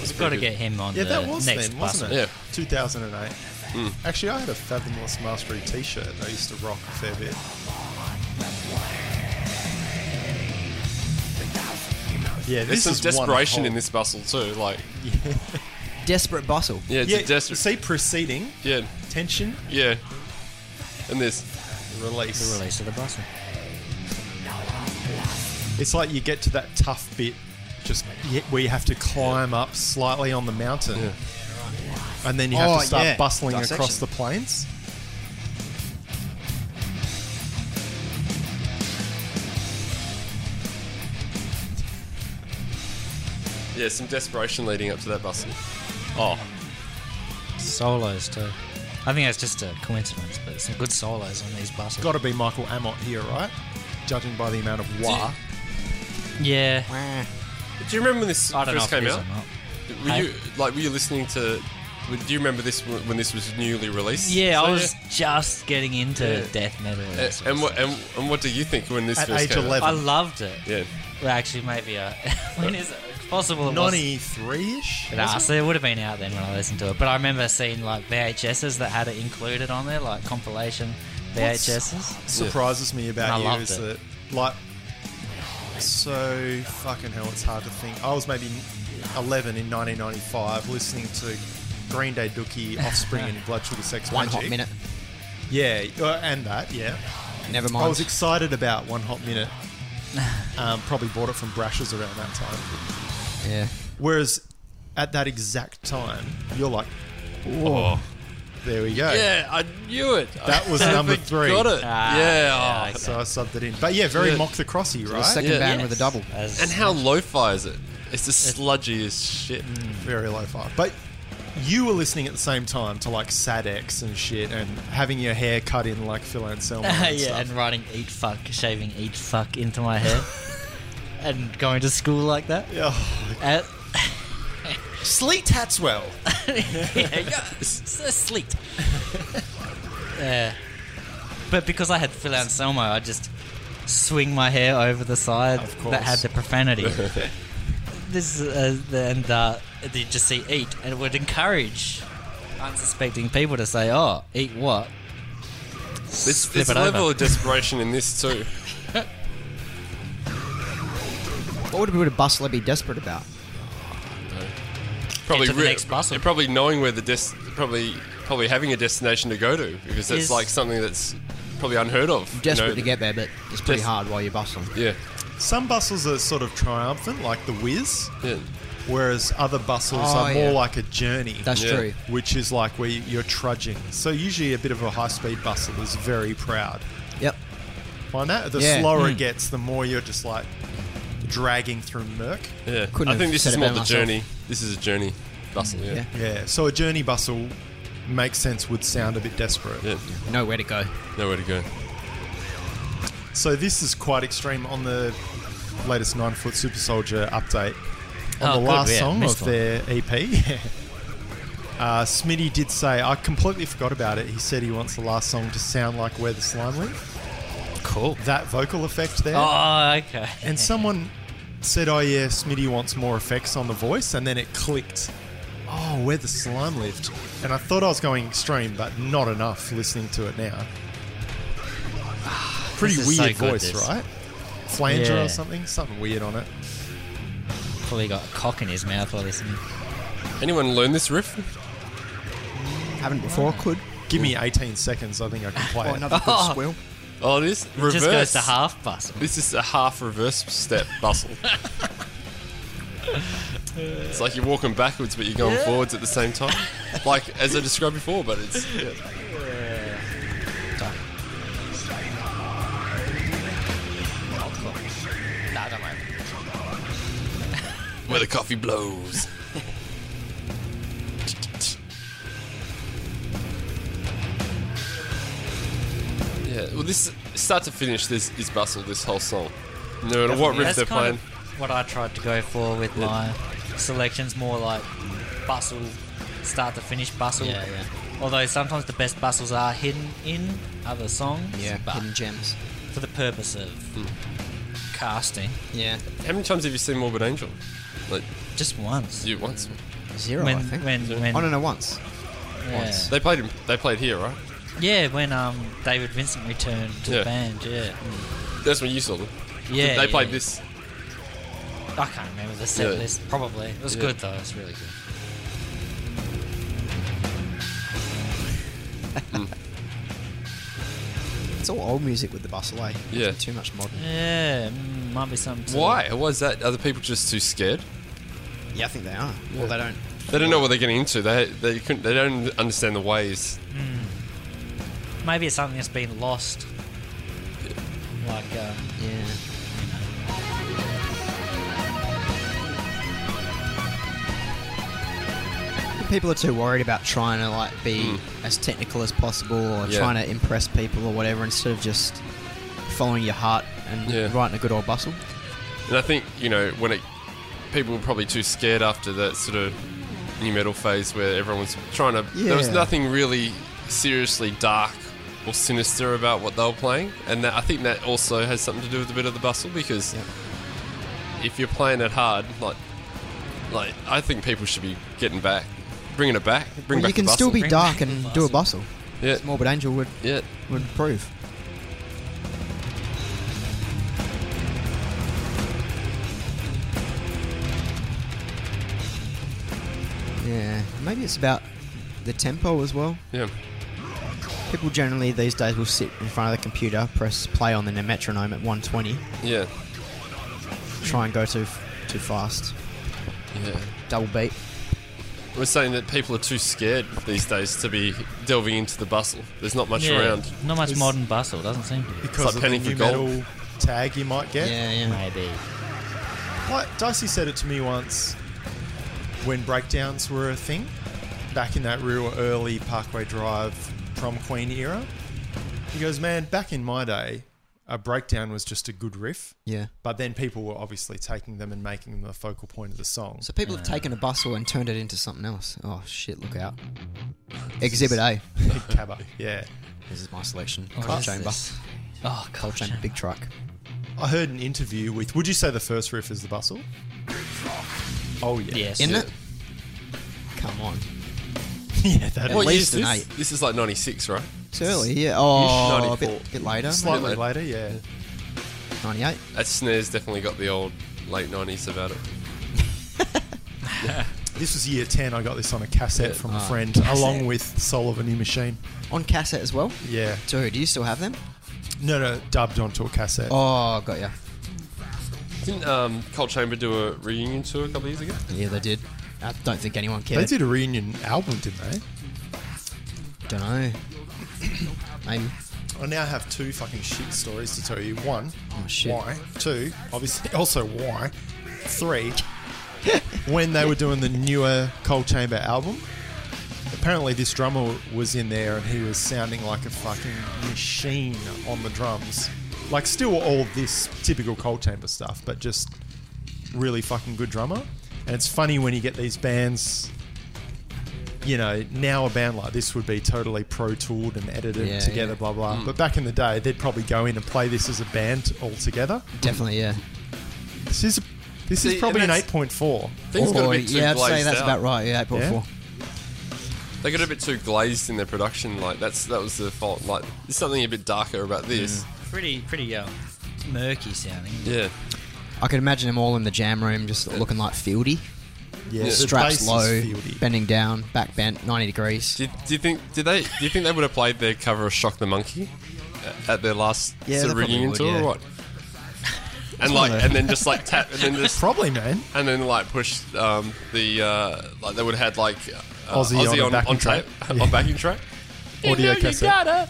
Speaker 3: We've got to get him on
Speaker 1: Yeah,
Speaker 3: the
Speaker 1: that was
Speaker 3: next
Speaker 1: then,
Speaker 3: bustle.
Speaker 1: wasn't it?
Speaker 4: Yeah. Mm.
Speaker 1: 2008. Actually, I had a Fathomless Mastery T-shirt. that I used to rock a fair bit. Yeah,
Speaker 4: There's
Speaker 1: this
Speaker 4: some
Speaker 1: is one
Speaker 4: desperation
Speaker 1: whole-
Speaker 4: in this bustle too. Like,
Speaker 2: Desperate bustle.
Speaker 4: yeah, it's
Speaker 1: Yeah,
Speaker 4: a desperate.
Speaker 1: see, preceding
Speaker 4: yeah,
Speaker 1: tension
Speaker 4: yeah. And this,
Speaker 1: release.
Speaker 3: The release of the bustle.
Speaker 1: It's like you get to that tough bit, just y- where you have to climb up slightly on the mountain, and then you have
Speaker 5: Oh,
Speaker 1: to start
Speaker 5: yeah.
Speaker 1: bustling
Speaker 5: Dissection.
Speaker 1: across the plains.
Speaker 4: yeah, some desperation leading up to that bustle.
Speaker 3: Oh, solos too. I think that's just a coincidence, but some good solos on these bustles.
Speaker 1: Got to be Michael Amott here, right? Judging by the amount of wah.
Speaker 3: yeah.
Speaker 2: Wah.
Speaker 4: Do you remember when this
Speaker 3: I don't know
Speaker 4: first
Speaker 3: if it
Speaker 4: came
Speaker 3: is
Speaker 4: out?
Speaker 3: or not.
Speaker 4: Were you like were you listening to? were- Do you remember this w- when this was newly released?
Speaker 3: Yeah,
Speaker 4: So,
Speaker 3: I was just getting into
Speaker 4: Yeah.
Speaker 3: death metal.
Speaker 4: Uh,
Speaker 3: that's what
Speaker 4: and
Speaker 3: I
Speaker 4: what
Speaker 3: said.
Speaker 4: and, and what do you think when this
Speaker 1: At
Speaker 4: first
Speaker 1: age
Speaker 4: came out?
Speaker 1: 11.
Speaker 3: I loved it.
Speaker 4: Yeah,
Speaker 3: Well, actually, maybe uh, when is it It's possible? It was,
Speaker 1: 93-ish?
Speaker 3: nah, so it would have been out then when I listened to it. But I remember seeing like VHSs that had it included on there, like compilation VHSs.
Speaker 1: surprises me about
Speaker 3: And I
Speaker 1: you
Speaker 3: loved
Speaker 1: is
Speaker 3: it.
Speaker 1: that like so fucking hell it's hard to think i was maybe 11 in 1995 listening to green day dookie offspring and blood sugar sex
Speaker 2: One hot
Speaker 1: Magic,
Speaker 2: minute.
Speaker 1: Yeah, uh, and that, yeah.
Speaker 2: Never
Speaker 1: I
Speaker 2: mind.
Speaker 1: was excited about One Hot Minute. Um, probably bought it from Brash's around that time.
Speaker 2: yeah.
Speaker 1: Whereas at that exact time, you're like,
Speaker 4: Oh.
Speaker 1: there we go.
Speaker 4: Yeah, I knew it.
Speaker 1: That was
Speaker 4: I
Speaker 1: number
Speaker 4: think
Speaker 1: three.
Speaker 4: Got it.
Speaker 3: Ah,
Speaker 4: yeah. oh.
Speaker 1: So I subbed it in. But yeah, very
Speaker 4: Yeah.
Speaker 1: mock the crossy,
Speaker 2: The
Speaker 1: right?
Speaker 2: second
Speaker 4: Yeah.
Speaker 2: band with a double.
Speaker 3: As-
Speaker 4: And how lo-fi is it? It's the sludgiest shit.
Speaker 1: Very low fi. But you were listening at the same time to like Sadex and shit and having your hair cut in like Phil Anselmo
Speaker 3: yeah,
Speaker 1: and stuff.
Speaker 3: and writing "eat fuck," shaving "eat fuck" into my hair, and going to school like that.
Speaker 1: Yeah. Oh,
Speaker 3: At,
Speaker 1: Sleet Hatswell.
Speaker 3: yeah, yeah, s- s- sleet. Uh, but because I had Phil Anselmo, I just swing my hair over the side
Speaker 1: Of course.
Speaker 3: that had the profanity. this is, uh, and uh, you just see "eat," and it would encourage unsuspecting people to say, "Oh, eat what?"
Speaker 4: This,
Speaker 3: Flip
Speaker 4: this
Speaker 3: it
Speaker 4: level
Speaker 3: over.
Speaker 4: of desperation in this too.
Speaker 2: What would a bit of bustle be desperate about?
Speaker 4: Probably
Speaker 3: Get to the
Speaker 4: re-
Speaker 3: next bus or-
Speaker 4: and probably knowing where the des- probably probably having a destination to go to because that's
Speaker 3: Is-
Speaker 4: like something that's probably unheard of. you
Speaker 2: Desperate
Speaker 4: know?
Speaker 2: to get there, but it's pretty
Speaker 4: Des-
Speaker 2: hard while you're bustling.
Speaker 4: Yeah,
Speaker 1: Some bustles are sort of triumphant, like the whiz,
Speaker 4: yeah.
Speaker 1: whereas other bustles
Speaker 2: Oh,
Speaker 1: are more
Speaker 2: yeah.
Speaker 1: like a journey.
Speaker 2: That's
Speaker 4: Yeah.
Speaker 2: true.
Speaker 1: which is like where you- you're trudging. So usually a bit of a high speed bustle is very proud.
Speaker 2: Yep.
Speaker 1: Find that the
Speaker 2: Yeah. Hmm.
Speaker 1: slower
Speaker 3: Mm.
Speaker 1: it gets, the more you're just like dragging through murk.
Speaker 4: yeah.
Speaker 2: Couldn't
Speaker 4: I think
Speaker 2: have
Speaker 4: this
Speaker 2: said
Speaker 4: is
Speaker 2: it
Speaker 4: more the
Speaker 2: better myself.
Speaker 4: journey. This is a journey. Bustle. Yeah.
Speaker 2: Yeah.
Speaker 1: Yeah. So a journey bustle makes sense. Would sound a bit desperate.
Speaker 4: Yeah.
Speaker 2: Nowhere to go.
Speaker 4: Nowhere to go.
Speaker 1: So this is quite extreme on the latest Nine Foot Super Soldier update. On
Speaker 3: Oh,
Speaker 1: the
Speaker 3: good,
Speaker 1: last
Speaker 3: yeah,
Speaker 1: song of
Speaker 3: missed one.
Speaker 1: their EP, uh, Smitty did say, I completely forgot about it. He said he wants the last song to sound like Where the Slime Live.
Speaker 3: Cool.
Speaker 1: That vocal effect there.
Speaker 3: Oh, okay.
Speaker 1: And someone said, "Oh yeah, Smitty wants more effects on the voice," and then it clicked. Oh, where the slime lived. And I thought I was going extreme, but not enough listening to it now. Pretty
Speaker 3: Ah, This
Speaker 1: weird
Speaker 3: is so good,
Speaker 1: voice,
Speaker 3: this.
Speaker 1: right? Flanger
Speaker 3: Yeah.
Speaker 1: or something, something weird on it.
Speaker 3: Probably got a cock in his mouth while listening.
Speaker 4: Anyone learn this riff?
Speaker 5: Haven't before, could.
Speaker 1: Give me 18 seconds, I think I can play
Speaker 5: Oh,
Speaker 1: it.
Speaker 5: another good
Speaker 3: Oh.
Speaker 5: squeal.
Speaker 4: Oh, this
Speaker 3: It
Speaker 4: reverse.
Speaker 3: just goes to half bustle.
Speaker 4: This is a half reverse step bustle. it's like you're walking backwards, but you're going forwards at the same time. Like as I described before, but it's yeah.
Speaker 3: Nah, don't worry.
Speaker 4: where the coffee blows. yeah. Well, this start to finish, this is bustle. This whole song. No matter what riff
Speaker 3: That's
Speaker 4: they're
Speaker 3: kind
Speaker 4: playing.
Speaker 3: of what I tried to go for with my selections, more like bustle, start to finish bustle.
Speaker 2: Yeah, yeah.
Speaker 3: Although sometimes the best bustles are hidden in other songs.
Speaker 2: Yeah.
Speaker 3: but
Speaker 2: Hidden gems.
Speaker 3: for the purpose of
Speaker 4: Hmm.
Speaker 3: casting,
Speaker 2: Yeah.
Speaker 4: How many times have you seen Morbid Angel? Like
Speaker 3: just once.
Speaker 4: you once.
Speaker 2: Zero,
Speaker 3: When
Speaker 2: I think.
Speaker 3: when when
Speaker 5: Oh, no, no, once.
Speaker 3: yeah.
Speaker 4: They played. in- They played here, right?
Speaker 3: yeah when um David Vincent returned to
Speaker 4: Yeah.
Speaker 3: the band yeah Hmm.
Speaker 4: That's when you saw them.
Speaker 3: yeah
Speaker 4: they played
Speaker 3: yeah.
Speaker 4: this.
Speaker 3: I can't remember the set
Speaker 4: Yeah.
Speaker 3: list probably it was
Speaker 4: Yeah.
Speaker 3: good though it was really good
Speaker 5: It's all old music with the bustle, eh?
Speaker 4: Yeah.
Speaker 5: Too much modern.
Speaker 3: yeah mm, might be something to-
Speaker 4: Why? Why is that? Are the people just too scared?
Speaker 5: Yeah, I think they are. Well, they don't.
Speaker 4: They don't know what they're getting into. They they couldn't. They don't understand the ways.
Speaker 3: Maybe it's something that's been lost. Like, um,
Speaker 2: Yeah. People are too worried about trying to like be as technical as possible or
Speaker 4: Mm. Yeah.
Speaker 2: trying to impress people or whatever instead of just following your heart and
Speaker 4: Yeah.
Speaker 2: writing a good old bustle.
Speaker 4: And I think you know when it, people were probably too scared after that sort of new metal phase where everyone was trying to. There was
Speaker 5: Yeah.
Speaker 4: nothing really seriously dark or sinister about what they were playing, and that, I think that also has something to do with a bit of the bustle because if you're playing it hard, like like I think people should be getting back, bringing it back, bring
Speaker 5: Well,
Speaker 4: back
Speaker 5: you can
Speaker 4: the
Speaker 5: still
Speaker 4: bustle.
Speaker 5: be
Speaker 3: Bring
Speaker 5: dark
Speaker 3: back the
Speaker 5: and do a bustle.
Speaker 4: yeah
Speaker 5: Morbid Angel would
Speaker 4: yeah.
Speaker 5: would prove.
Speaker 2: Yeah. Maybe it's about the tempo as well.
Speaker 4: Yeah.
Speaker 5: People generally these days will sit in front of the computer, press play on the metronome at 120,
Speaker 4: Yeah.
Speaker 5: try and go too f- too fast,
Speaker 4: Yeah.
Speaker 5: double beat.
Speaker 4: We're saying that people are too scared these days to be delving into the bustle. There's not much
Speaker 3: Yeah,
Speaker 4: around.
Speaker 3: Not much modern bustle, doesn't seem to be.
Speaker 4: like
Speaker 1: because
Speaker 4: penny
Speaker 1: of
Speaker 4: for
Speaker 1: the new
Speaker 4: gold.
Speaker 1: metal tag you might get.
Speaker 2: Yeah, yeah.
Speaker 3: Maybe.
Speaker 1: Like Dicey said it to me once when breakdowns were a thing back in that real early Parkway Drive prom queen era. He goes, Man, back in my day, a breakdown was just a good riff,
Speaker 5: Yeah.
Speaker 1: but then people were obviously taking them and making them the focal point of the song.
Speaker 2: So
Speaker 1: So
Speaker 2: people have taken a bustle and turned it into something else. Oh shit! Look out. Exhibit A.
Speaker 1: big cabba, yeah.
Speaker 2: This is my selection.
Speaker 3: What
Speaker 2: Cold
Speaker 3: is
Speaker 2: chamber.
Speaker 3: this? Oh, cold
Speaker 2: Chamber.
Speaker 3: chamber.
Speaker 2: Big truck.
Speaker 1: I heard an interview with. Would you say the first riff is the bustle? Oh yeah,
Speaker 3: Yes.
Speaker 2: In
Speaker 4: Yeah.
Speaker 2: it. Come on.
Speaker 1: yeah. That
Speaker 2: At
Speaker 4: What year
Speaker 2: least
Speaker 4: is
Speaker 2: an
Speaker 4: this? This is like 96, right?
Speaker 2: It's early. Yeah. Oh, a
Speaker 4: 94.
Speaker 2: bit, bit later.
Speaker 1: slightly later, yeah.
Speaker 2: Ninety-eight.
Speaker 4: That snare's definitely got the old late 90s about it.
Speaker 1: This was year ten. I got this on a cassette
Speaker 4: Yeah.
Speaker 1: from a
Speaker 2: Ah,
Speaker 1: friend,
Speaker 2: cassette.
Speaker 1: along with Soul of a New Machine.
Speaker 2: On cassette as well.
Speaker 1: Yeah.
Speaker 2: Dude, do you still have them?
Speaker 1: No, no, dubbed onto a cassette.
Speaker 2: Oh, got ya.
Speaker 4: Didn't um, Cold Chamber do a reunion tour a couple of years ago?
Speaker 2: Yeah, they did. I don't think anyone
Speaker 1: They
Speaker 2: cared.
Speaker 1: did a reunion album, didn't they?
Speaker 2: Don't know. Maybe.
Speaker 1: I now have two fucking shit stories to tell you. One,
Speaker 2: Oh, shit.
Speaker 1: why? Two, obviously, also why? Three, when they were doing the newer Cold Chamber album, apparently this drummer was in there and he was sounding like a fucking machine on the drums. Like, still all this typical Cold Chamber stuff, but just really fucking good drummer. And it's funny when you get these bands. You know, now a band like this would be totally pro tooled and edited
Speaker 2: Yeah,
Speaker 1: together,
Speaker 2: yeah. Mm.
Speaker 1: blah blah. But back in the day, they'd probably go in and play this as a band all together.
Speaker 2: Definitely, yeah.
Speaker 1: This is this
Speaker 4: See,
Speaker 1: is probably an
Speaker 4: and that's-
Speaker 1: eight point four.
Speaker 4: Things got a
Speaker 2: Or-
Speaker 4: bit too
Speaker 2: Oh, yeah, I'd say
Speaker 4: glazed
Speaker 2: that's
Speaker 4: out.
Speaker 2: about right. Yeah, eight point
Speaker 1: Yeah?
Speaker 2: four.
Speaker 4: They got a bit too glazed in their production. Like that's that was the fault. Like there's something a bit darker about
Speaker 2: Mm.
Speaker 4: this.
Speaker 3: Pretty, pretty um, murky sounding.
Speaker 4: Yeah,
Speaker 2: I could imagine them all in the jam room, just looking like fieldy,
Speaker 1: Yeah, the bass
Speaker 2: straps
Speaker 1: is
Speaker 2: low,
Speaker 1: fieldy.
Speaker 2: bending down, back bent, ninety degrees.
Speaker 4: Do you, do you think did they do you think they would have played their cover of Shock the Monkey a- at their last
Speaker 2: Yeah,
Speaker 4: sort
Speaker 2: they
Speaker 4: of
Speaker 2: probably
Speaker 4: reunion
Speaker 2: would,
Speaker 4: tour
Speaker 2: yeah.
Speaker 4: or what? And like and then just like tap and then just
Speaker 1: Probably, man.
Speaker 4: and then like push um, the uh, like they would have had like uh,
Speaker 1: Ozzy on a
Speaker 4: on,
Speaker 1: backing
Speaker 4: tape
Speaker 1: track.
Speaker 4: on backing track.
Speaker 1: Audio cassette.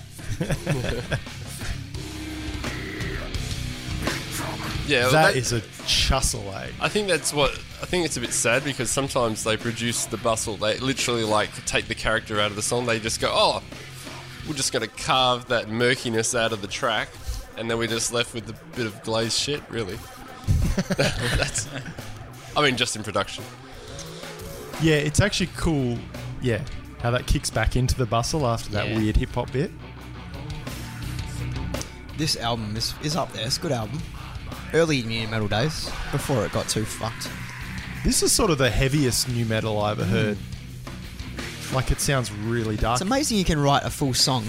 Speaker 4: Yeah,
Speaker 1: that is a chussle, eh?
Speaker 4: I think that's what I think it's a bit sad because sometimes they produce the bustle. They literally like take the character out of the song. They just go, "Oh, we're just going to carve that murkiness out of the track," and then we're just left with a bit of glazed shit. Really, that's. I mean, just in production.
Speaker 1: Yeah, it's actually cool. Yeah, how that kicks back into the bustle after that
Speaker 2: Yeah.
Speaker 1: weird hip hop bit.
Speaker 2: This album is, is up there. It's a good album. Early new metal days, before it got too fucked.
Speaker 1: This is sort of the heaviest new metal I ever heard. Like it sounds really dark.
Speaker 2: It's amazing you can write a full song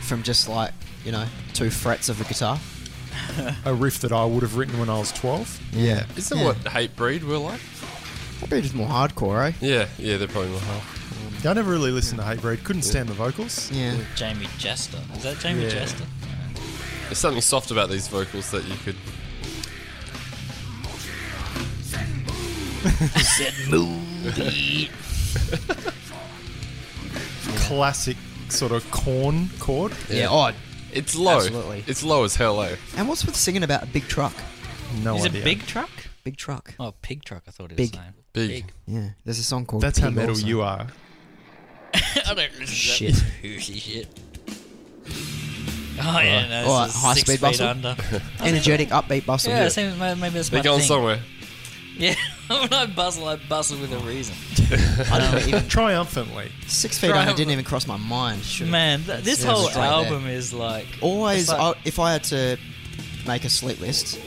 Speaker 2: from just like you know two frets of a guitar.
Speaker 1: a riff that I would have written when I was twelve.
Speaker 2: Yeah,
Speaker 4: Isn't what Hate Breed were like?
Speaker 2: probably just more hardcore, eh?
Speaker 4: Yeah, yeah, they're probably more half.
Speaker 1: I never really listened to Hatebreed. Couldn't stand the vocals.
Speaker 2: Yeah,
Speaker 3: Jamie Jester. Is that Jamie
Speaker 1: Yeah.
Speaker 3: Jester?
Speaker 4: There's something soft about these vocals that you could.
Speaker 1: Classic sort of corn chord.
Speaker 2: yeah. Odd.
Speaker 4: It's low.
Speaker 2: Absolutely.
Speaker 4: It's low as hell, eh?
Speaker 2: And what's with singing about a big truck?
Speaker 1: No
Speaker 3: Is
Speaker 1: idea.
Speaker 3: it big truck?
Speaker 2: Big truck.
Speaker 3: Oh, pig truck. I thought it was
Speaker 2: Big.
Speaker 3: the name.
Speaker 4: Big.
Speaker 2: Yeah. There's a song called.
Speaker 1: That's how
Speaker 2: Pig
Speaker 1: metal
Speaker 2: also.
Speaker 1: you are.
Speaker 3: I don't listen
Speaker 2: Shit.
Speaker 3: to that shit. Oh yeah, no, this
Speaker 2: Alright,
Speaker 3: is
Speaker 2: high
Speaker 3: six feet
Speaker 2: speed bustle?
Speaker 3: under.
Speaker 2: Energetic, upbeat bustle.
Speaker 3: yeah, same, maybe that's
Speaker 4: They're
Speaker 3: my
Speaker 4: going
Speaker 3: thing.
Speaker 4: somewhere.
Speaker 3: Yeah, when I bustle, I bustle with a reason.
Speaker 2: I don't even.
Speaker 1: Triumphantly.
Speaker 2: Six feet under
Speaker 3: Drive-
Speaker 2: didn't even cross my mind. Should've-
Speaker 3: Man, th- this
Speaker 2: Yeah,
Speaker 3: whole
Speaker 2: straight there.
Speaker 3: album is like
Speaker 2: Always,
Speaker 3: it's like-
Speaker 2: I, if I had to make a sleep list,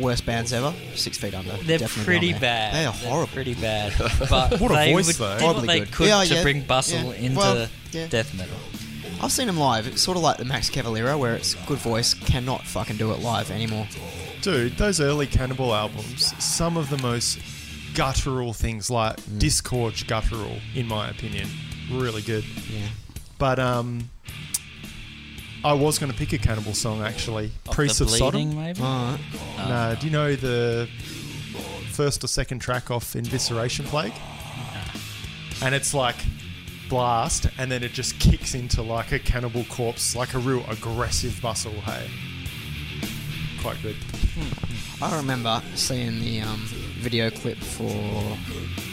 Speaker 2: worst bands ever, Six Feet Under.
Speaker 3: They're
Speaker 2: definitely
Speaker 3: pretty
Speaker 2: on there.
Speaker 3: bad.
Speaker 2: They are
Speaker 3: They're
Speaker 2: horrible.
Speaker 3: pretty bad. But
Speaker 1: What a
Speaker 3: they
Speaker 1: voice,
Speaker 3: would,
Speaker 1: though.
Speaker 3: Did what
Speaker 2: Horribly
Speaker 3: they
Speaker 2: good.
Speaker 3: could
Speaker 2: Yeah,
Speaker 3: to
Speaker 2: yeah,
Speaker 3: bring bustle
Speaker 2: yeah.
Speaker 3: into
Speaker 2: Well, yeah.
Speaker 3: death metal.
Speaker 2: I've seen them live. It's sort of like the Max Cavalera, where it's good voice, cannot fucking do it live anymore.
Speaker 1: Dude, those early Cannibal albums, some of the most guttural things, like
Speaker 3: Mm.
Speaker 1: Discord guttural, in my opinion. Really good.
Speaker 2: Yeah.
Speaker 1: But um, I was going to pick a cannibal song actually.
Speaker 3: Of
Speaker 1: Priests
Speaker 3: the
Speaker 1: of Sodom.
Speaker 3: bleeding, Oh. maybe.
Speaker 5: Alright.
Speaker 1: Nah, do you know the first or second track off Invisceration Plague? And it's like blast, and then it just kicks into like a cannibal corpse, like a real aggressive bustle. Hey, quite good.
Speaker 2: I remember seeing the um, video clip for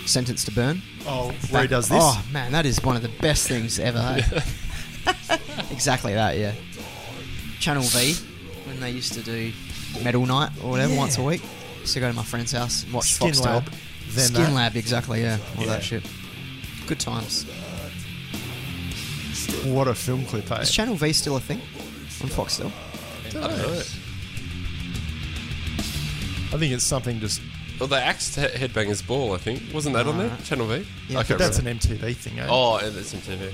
Speaker 2: Sentence to Burn.
Speaker 1: Oh, where he
Speaker 2: That-
Speaker 1: does this?
Speaker 2: Oh man, that is one of the best things ever. eh? exactly that, yeah. Channel V, when they used to do metal night or whatever once a week, used to go to my friend's house and watch
Speaker 1: Skin
Speaker 2: Foxtel.
Speaker 1: Lab, then
Speaker 2: Skin
Speaker 1: that.
Speaker 2: Lab, exactly, yeah. All
Speaker 1: Yeah.
Speaker 2: that shit. Good times.
Speaker 1: What a film clip, eh? hey?
Speaker 2: Is Channel V still a thing on Foxtel?
Speaker 1: I think it's something just.
Speaker 4: Well, they axed he- Headbangers Ball, I think. Wasn't that on there? Channel V?
Speaker 2: Yeah,
Speaker 4: I can't
Speaker 1: That's
Speaker 4: remember.
Speaker 1: an MTV thing, eh?
Speaker 4: Oh, yeah, that's MTV.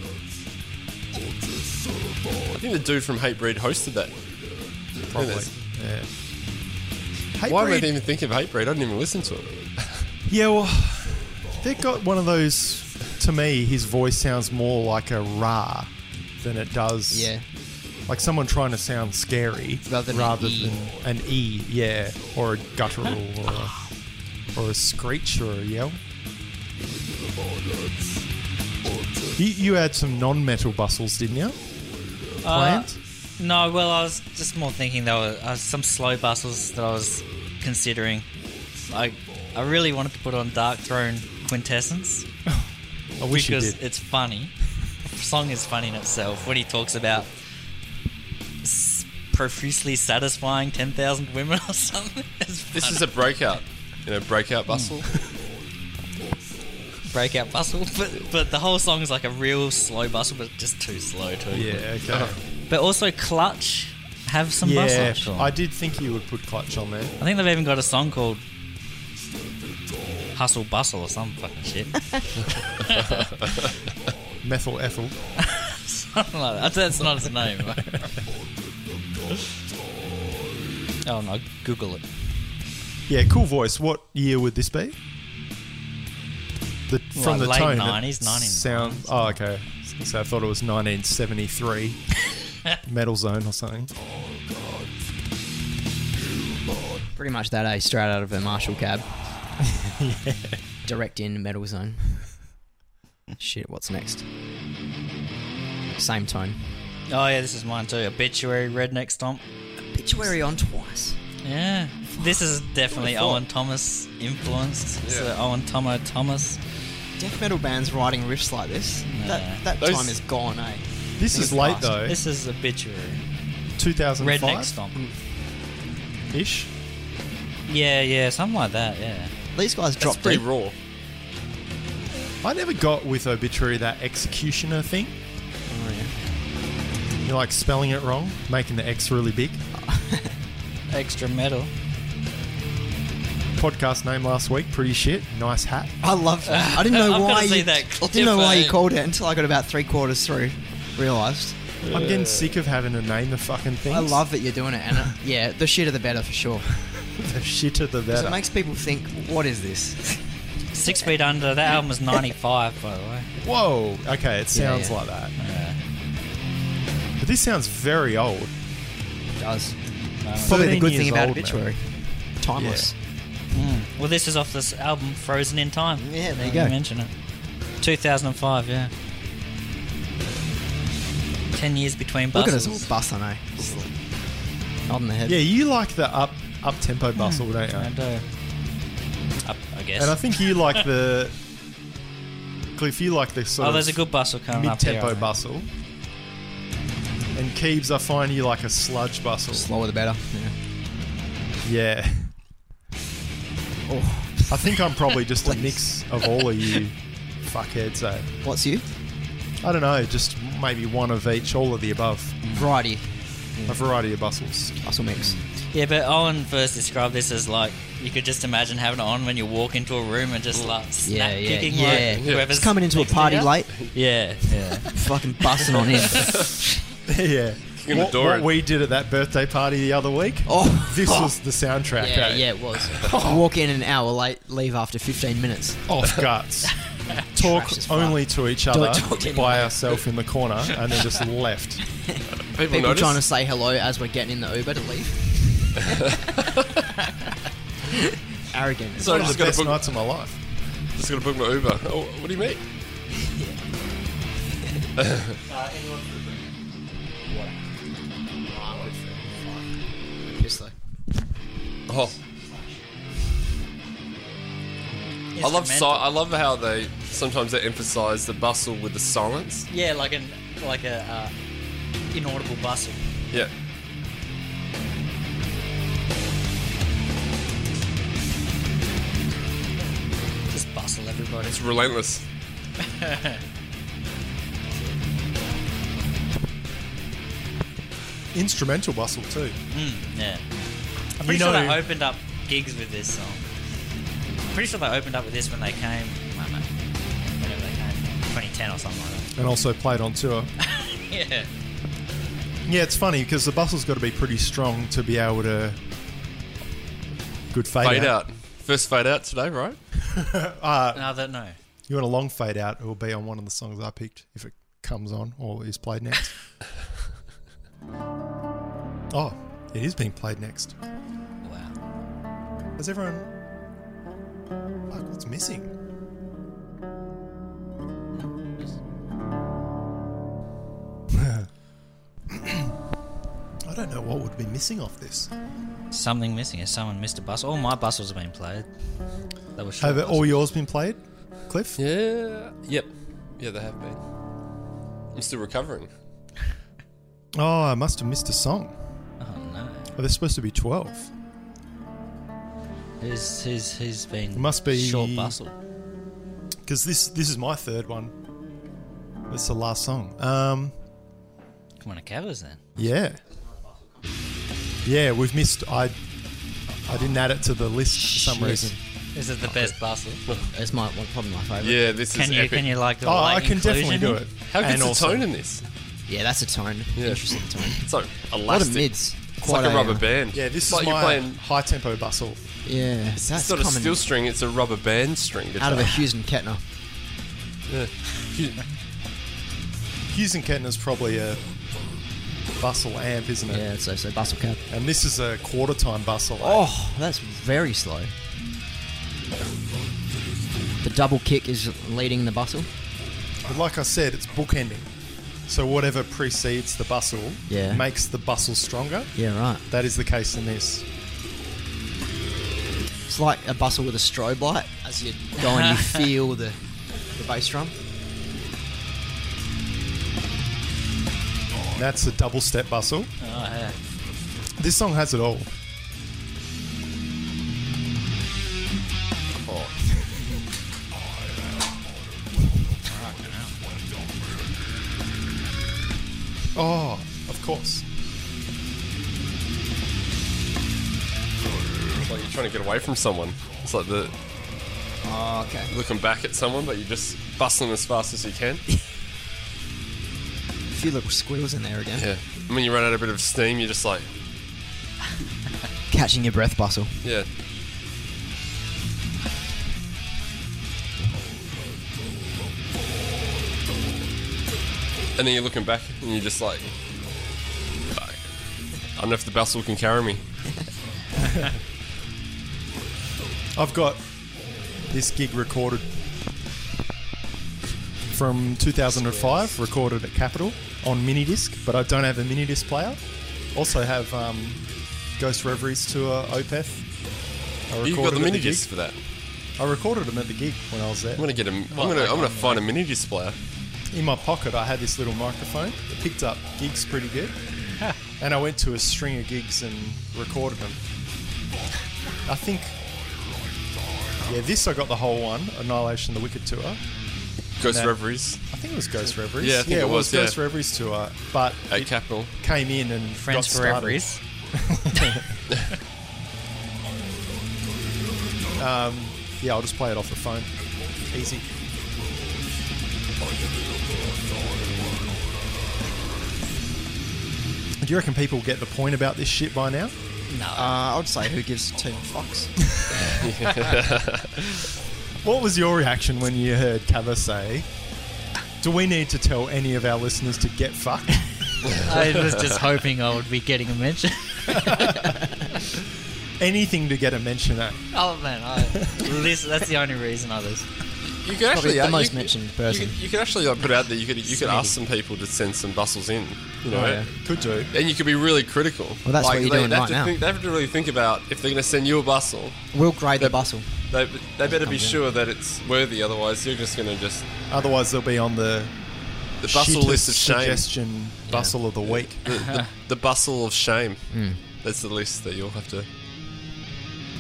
Speaker 4: I think the dude from Hate Breed hosted that.
Speaker 1: probably.
Speaker 4: that's-
Speaker 1: Yeah.
Speaker 4: Why am I
Speaker 1: Hatebreed-
Speaker 4: even thinking of Hate Breed? I didn't even listen to it.
Speaker 1: Yeah, well, they've got one of those. To me, his voice sounds more like a ra than it does.
Speaker 2: Yeah.
Speaker 1: Like someone trying to sound scary
Speaker 2: Rather than an E.
Speaker 1: than an E, yeah, or a guttural or a, or a screech or a yell. You, you had some non metal bustles, didn't you?
Speaker 3: Uh,
Speaker 1: Plant?
Speaker 3: no, well, I was just more thinking there were uh, some slow bustles that I was considering. I I really wanted to put on Dark Throne Quintessence
Speaker 1: I wish you
Speaker 3: because
Speaker 1: did.
Speaker 3: it's funny. The song is funny in itself when he talks about s- profusely satisfying 10,000 women or something. It's
Speaker 4: This
Speaker 3: funny.
Speaker 4: is a breakout. You know, breakout
Speaker 2: Mm.
Speaker 4: bustle.
Speaker 3: breakout bustle, but, but the whole song is like a real slow bustle, but just too slow too.
Speaker 1: Yeah, okay.
Speaker 3: But also Clutch have some
Speaker 1: yeah,
Speaker 3: bustle.
Speaker 1: I did think you would put clutch on there.
Speaker 3: I think they've even got a song called Hustle Bustle or some fucking shit.
Speaker 1: Methyl ethyl.
Speaker 3: Something like that. That's not its name. oh no, Google it.
Speaker 1: Yeah, cool voice. What year would this be? The, from the
Speaker 3: late
Speaker 1: tone, it
Speaker 3: 90s, 1990s.
Speaker 1: Sound. Oh, okay. So I thought it was 1973, Metal Zone or something.
Speaker 2: Pretty much that, eh? Straight out of a Marshall cab. Direct in metal zone. Shit, what's next? Same tone.
Speaker 3: Oh yeah, this is mine too. Obituary Redneck Stomp.
Speaker 2: Obituary on twice.
Speaker 3: Yeah. This is definitely Owen Thomas influenced. This is Owen Tomo Thomas.
Speaker 2: Death metal bands writing riffs like this, that, that
Speaker 4: Those-
Speaker 2: time is gone, eh?
Speaker 1: This is late though,
Speaker 3: This is Obituary. Redneck
Speaker 1: 2005
Speaker 3: Stomp.
Speaker 1: ish.
Speaker 3: Yeah, yeah, something like that, yeah.
Speaker 2: These guys
Speaker 4: That's
Speaker 2: dropped
Speaker 4: pretty
Speaker 2: deep.
Speaker 4: raw.
Speaker 1: I never got with obituary that executioner thing. You're like spelling it wrong, making the X really big.
Speaker 3: Extra metal.
Speaker 1: Podcast name last week, pretty shit. Nice hat.
Speaker 2: I love that. I didn't know
Speaker 3: I've
Speaker 2: why
Speaker 3: gotta see
Speaker 2: you
Speaker 3: that clip,
Speaker 2: didn't know why
Speaker 3: eh?
Speaker 2: you called it until I got about three quarters through, realised.
Speaker 1: I'm getting sick of having to name the fucking things.
Speaker 2: I love that you're doing it, and uh, yeah, the shitter the better for sure.
Speaker 1: the shit of the
Speaker 2: 'Cause
Speaker 1: better.
Speaker 2: it makes people think, what is this?
Speaker 3: Six Feet Under, that album was 95, by the way. Uh,
Speaker 1: Whoa. Okay,
Speaker 2: Yeah,
Speaker 1: it sounds
Speaker 2: yeah.
Speaker 1: like that. But this sounds very old.
Speaker 2: It does. Probably the
Speaker 1: 13
Speaker 2: good thing
Speaker 1: years
Speaker 2: about
Speaker 1: old,
Speaker 2: obituary. Timeless.
Speaker 3: Well, this is off this album Frozen in Time.
Speaker 2: Yeah, there you
Speaker 3: Now
Speaker 2: go.
Speaker 3: mention it. 2005, yeah. 10 years between
Speaker 2: Look at
Speaker 3: buses.
Speaker 2: us all bustling, eh? Just like Nodding the head.
Speaker 1: Yeah, you like the up up tempo
Speaker 2: Hmm.
Speaker 1: bustle, don't you?
Speaker 3: I do. Up, I guess.
Speaker 1: And I think you like the Cliff. You like the sort
Speaker 3: oh,
Speaker 1: of
Speaker 3: there's a good bustle coming up here. I
Speaker 1: mid-tempo
Speaker 3: think.
Speaker 1: bustle. And Keebs, I find you like a sludge bustle.
Speaker 2: Slower the better. Yeah.
Speaker 1: yeah.
Speaker 2: Oh,
Speaker 1: I think I'm probably just a mix of all of you fuckheads. Eh?
Speaker 2: what's you?
Speaker 1: I don't know, just maybe one of each, all of the above,
Speaker 2: Variety.
Speaker 1: a variety of bustles.
Speaker 2: Bustle mix.
Speaker 3: Yeah, but Owen first described this as like you could just imagine having it on when you walk into a room and just like snap
Speaker 2: yeah,
Speaker 3: kicking
Speaker 2: yeah.
Speaker 3: like
Speaker 2: Yeah.
Speaker 3: whoever's
Speaker 2: Just coming into a
Speaker 3: next to
Speaker 2: party
Speaker 3: you.
Speaker 2: late,
Speaker 3: Yeah, yeah.
Speaker 2: fucking busting on in.
Speaker 1: yeah.
Speaker 4: the
Speaker 1: What,
Speaker 4: door
Speaker 1: what
Speaker 4: in.
Speaker 1: we did at that birthday party the other week.
Speaker 2: Oh.
Speaker 1: this was the soundtrack.
Speaker 2: Yeah,
Speaker 1: eh?
Speaker 2: yeah, it was. Walk in an hour late, leave after 15 minutes.
Speaker 1: Off guts. Talk
Speaker 2: Trash as fuck.
Speaker 1: only to each other
Speaker 2: talk to anyone.
Speaker 1: by ourselves in the corner, and then just left.
Speaker 4: People,
Speaker 2: People
Speaker 4: notice.
Speaker 2: trying to say hello as we're getting in the Uber to leave. Arrogant.
Speaker 4: so
Speaker 1: One
Speaker 4: I'm just gonna
Speaker 1: of the best
Speaker 4: book,
Speaker 1: nights of my life.
Speaker 4: just gonna book my Uber. Oh, what do you mean?
Speaker 2: Piss though.
Speaker 4: Oh, I love si- I love how they sometimes they emphasise the bustle with the silence.
Speaker 3: Yeah, like an like a uh, inaudible bustle.
Speaker 4: Yeah.
Speaker 3: Just bustle everybody.
Speaker 4: It's relentless.
Speaker 1: Instrumental bustle too.
Speaker 3: Yeah. I'm pretty
Speaker 1: You
Speaker 3: sure
Speaker 1: know-
Speaker 3: they opened up gigs with this song. Pretty sure they opened up with this when they came. I don't know. Whenever they came. 2010 or something like
Speaker 1: And also played on tour.
Speaker 3: that. Yeah.
Speaker 1: Yeah, it's funny because the bustle's got to be pretty strong to be able to. Good fade,
Speaker 4: Fade out. First fade out today, right?
Speaker 3: Uh, No, that no.
Speaker 1: You want a long fade out? It will be on one of the songs I picked if it comes on or is played next. oh, it is being played next.
Speaker 3: Wow.
Speaker 1: Has everyone? Fuck, what's missing? I don't know what would be missing off this.
Speaker 3: Something missing. Has someone missed a bustle? All my bustles have been played. That was
Speaker 1: Have
Speaker 3: short.
Speaker 1: all yours been played, Cliff?
Speaker 4: Yeah. Yep. Yeah, they have been. I'm still recovering.
Speaker 1: Oh, I must have missed a song.
Speaker 3: Oh no.
Speaker 1: Oh, there's supposed to be twelve.
Speaker 3: Who's who's who's been?
Speaker 1: Must be-
Speaker 3: short bustle.
Speaker 1: because this this is my third one. It's the last song. Um,
Speaker 3: Come on, a covers then.
Speaker 1: yeah, yeah, we've missed. I I didn't add it to the list for some
Speaker 2: Shit.
Speaker 1: reason.
Speaker 3: Is it the best bustle?
Speaker 2: It's my one, probably my favourite.
Speaker 4: Yeah, this
Speaker 3: Oh, Can
Speaker 4: is
Speaker 3: you
Speaker 4: epic.
Speaker 3: can you like the
Speaker 1: Oh, I
Speaker 3: light
Speaker 1: can definitely
Speaker 3: inclusion?
Speaker 1: do it.
Speaker 4: How good's
Speaker 1: And
Speaker 4: the
Speaker 1: also-
Speaker 4: tone in this?
Speaker 2: Yeah, that's a tone.
Speaker 4: Yeah.
Speaker 2: Interesting tone.
Speaker 4: It's so elastic.
Speaker 2: A lot of mids.
Speaker 4: It's like a rubber
Speaker 2: uh,
Speaker 4: band.
Speaker 1: Yeah, this
Speaker 4: it's like
Speaker 1: is
Speaker 4: you're
Speaker 1: my
Speaker 4: playing.
Speaker 1: high tempo bustle.
Speaker 2: Yeah, that's
Speaker 4: It's not a
Speaker 2: coming
Speaker 4: steel string; it's a rubber band string.
Speaker 2: out of a Hughes and Kettner.
Speaker 1: Hughes and Kettner's probably a bustle amp, isn't it?
Speaker 2: Yeah, so so bustle cap.
Speaker 1: And this is a quarter time bustle.
Speaker 2: Oh, that's very slow. The double kick is leading the bustle.
Speaker 4: Oh.
Speaker 1: But like I said, it's bookending. So whatever precedes the bustle
Speaker 2: Yeah.
Speaker 1: makes the bustle stronger.
Speaker 2: Yeah, right.
Speaker 1: That is the case in this.
Speaker 2: It's like a bustle with a strobe light. As you go and you feel the, the bass drum.
Speaker 1: That's a double step bustle.
Speaker 3: Oh, yeah.
Speaker 1: This song has it all. Oh, of course.
Speaker 4: It's like you're trying to get away from someone. It's like the
Speaker 2: Oh, okay.
Speaker 4: looking back at someone, but you're just bustling as fast as you can.
Speaker 2: A few little squeals in there again.
Speaker 4: Yeah. When you run out of a bit of steam, you're just like,
Speaker 2: Catching your breath bustle.
Speaker 4: yeah. And then you're looking back and you're just like, "Fuck. I don't know if the bustle can carry me.
Speaker 1: I've got this gig recorded from 2005, recorded at Capitol on mini disc, but I don't have a mini disc player. Also have um, Ghost Reveries tour, Opeth. I
Speaker 4: You've got
Speaker 1: recorded
Speaker 4: the
Speaker 1: at
Speaker 4: mini
Speaker 1: gig.
Speaker 4: disc for that.
Speaker 1: I recorded them at the gig when I was there.
Speaker 4: I'm gonna get a. am gonna. I'm gonna find a mini display.
Speaker 1: In my pocket, I had this little microphone. It picked up gigs pretty good, and I went to a string of gigs and recorded them. I think, yeah, this I got the whole one, Annihilation, the Wicked tour. I
Speaker 4: Ghost
Speaker 1: No.
Speaker 4: Reveries
Speaker 1: think it was Ghost Reveries.
Speaker 4: Yeah, I think it
Speaker 1: it
Speaker 4: was, yeah.
Speaker 1: Ghost Reveries tour, but
Speaker 4: at
Speaker 1: it
Speaker 4: Capital.
Speaker 1: came in and
Speaker 3: Friends
Speaker 1: got
Speaker 3: for
Speaker 1: started.
Speaker 3: referees.
Speaker 1: Yeah, I'll just play it off the phone. Easy. Do you reckon people get the point about this shit by now?
Speaker 2: Uh, I'd say who gives two fucks.
Speaker 1: What was your reaction when you heard Cover say, Do we need to tell any of our listeners to get fucked?
Speaker 3: I was just hoping I would be getting a mention.
Speaker 1: Anything to get a mention at.
Speaker 3: oh man, I listen, that's the only reason I listen.
Speaker 4: You can actually
Speaker 2: the
Speaker 4: uh, you
Speaker 2: most
Speaker 4: can-
Speaker 2: mentioned
Speaker 4: you
Speaker 2: person.
Speaker 4: can- You, can actually like, put out there. You could you could ask some people to send some bustles in. You
Speaker 2: Oh,
Speaker 4: know,
Speaker 1: Yeah, Could do.
Speaker 4: and you could be really critical.
Speaker 2: Well, that's what
Speaker 4: Like,
Speaker 2: you're
Speaker 4: they,
Speaker 2: doing
Speaker 4: they have
Speaker 2: right
Speaker 4: to
Speaker 2: now.
Speaker 4: Think, they have to really think about if they're going to send you a bustle.
Speaker 2: We'll grade the
Speaker 4: Yep.
Speaker 2: bustle.
Speaker 4: They, they better be
Speaker 2: comes in.
Speaker 4: sure that it's worthy. Otherwise, you're just going to just
Speaker 1: Otherwise, they'll be on the
Speaker 4: the bustle
Speaker 1: shittest
Speaker 4: list of shame.
Speaker 1: suggestion bustle of the week.
Speaker 4: The, the, the bustle of shame.
Speaker 2: Hmm.
Speaker 4: That's the list that you'll have to.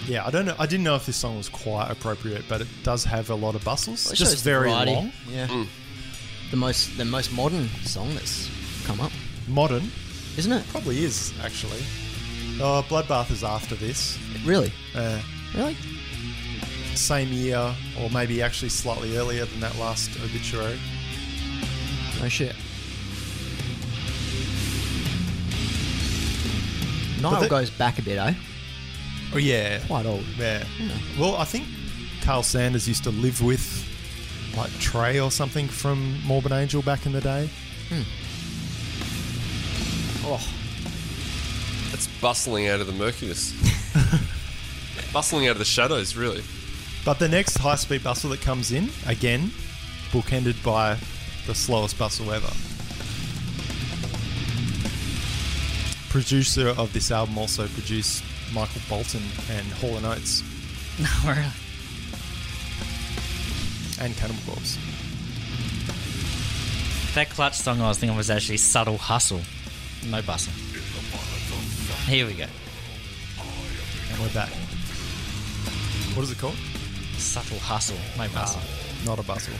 Speaker 1: Yeah, I don't know. I didn't know if this song was quite appropriate, but it does have a lot of bustles.
Speaker 2: It shows
Speaker 1: Just
Speaker 2: the
Speaker 1: very
Speaker 2: variety.
Speaker 1: long,
Speaker 2: Yeah.
Speaker 4: Hmm.
Speaker 2: The most the most modern song that's come up,
Speaker 1: modern.
Speaker 2: isn't it?
Speaker 1: Probably is actually. Oh, Bloodbath is after this.
Speaker 2: Really?
Speaker 1: Uh,
Speaker 2: Really?
Speaker 1: same year, or maybe actually slightly earlier than that last obituary.
Speaker 2: No Oh, shit.
Speaker 1: But
Speaker 2: Nile
Speaker 1: that-
Speaker 2: goes back a bit, eh?
Speaker 1: Oh yeah,
Speaker 2: Quite old.
Speaker 1: yeah. Well, I think Carl Sanders used to live with like Trey or something from Morbid Angel back in the day.
Speaker 2: Hmm. Oh,
Speaker 4: That's bustling out of the murkiness. bustling out of the shadows, really.
Speaker 1: But the next high speed bustle that comes in, again, bookended by the slowest bustle ever. Producer of this album also produced Michael Bolton and Hall and Oates
Speaker 3: No, really.
Speaker 1: and Cannibal Corpse.
Speaker 3: That clutch song I was thinking was actually Subtle Hustle. No bustle. Here we go.
Speaker 1: And we're back. What is it called?
Speaker 3: Subtle Hustle. No bustle.
Speaker 1: Not a bustle.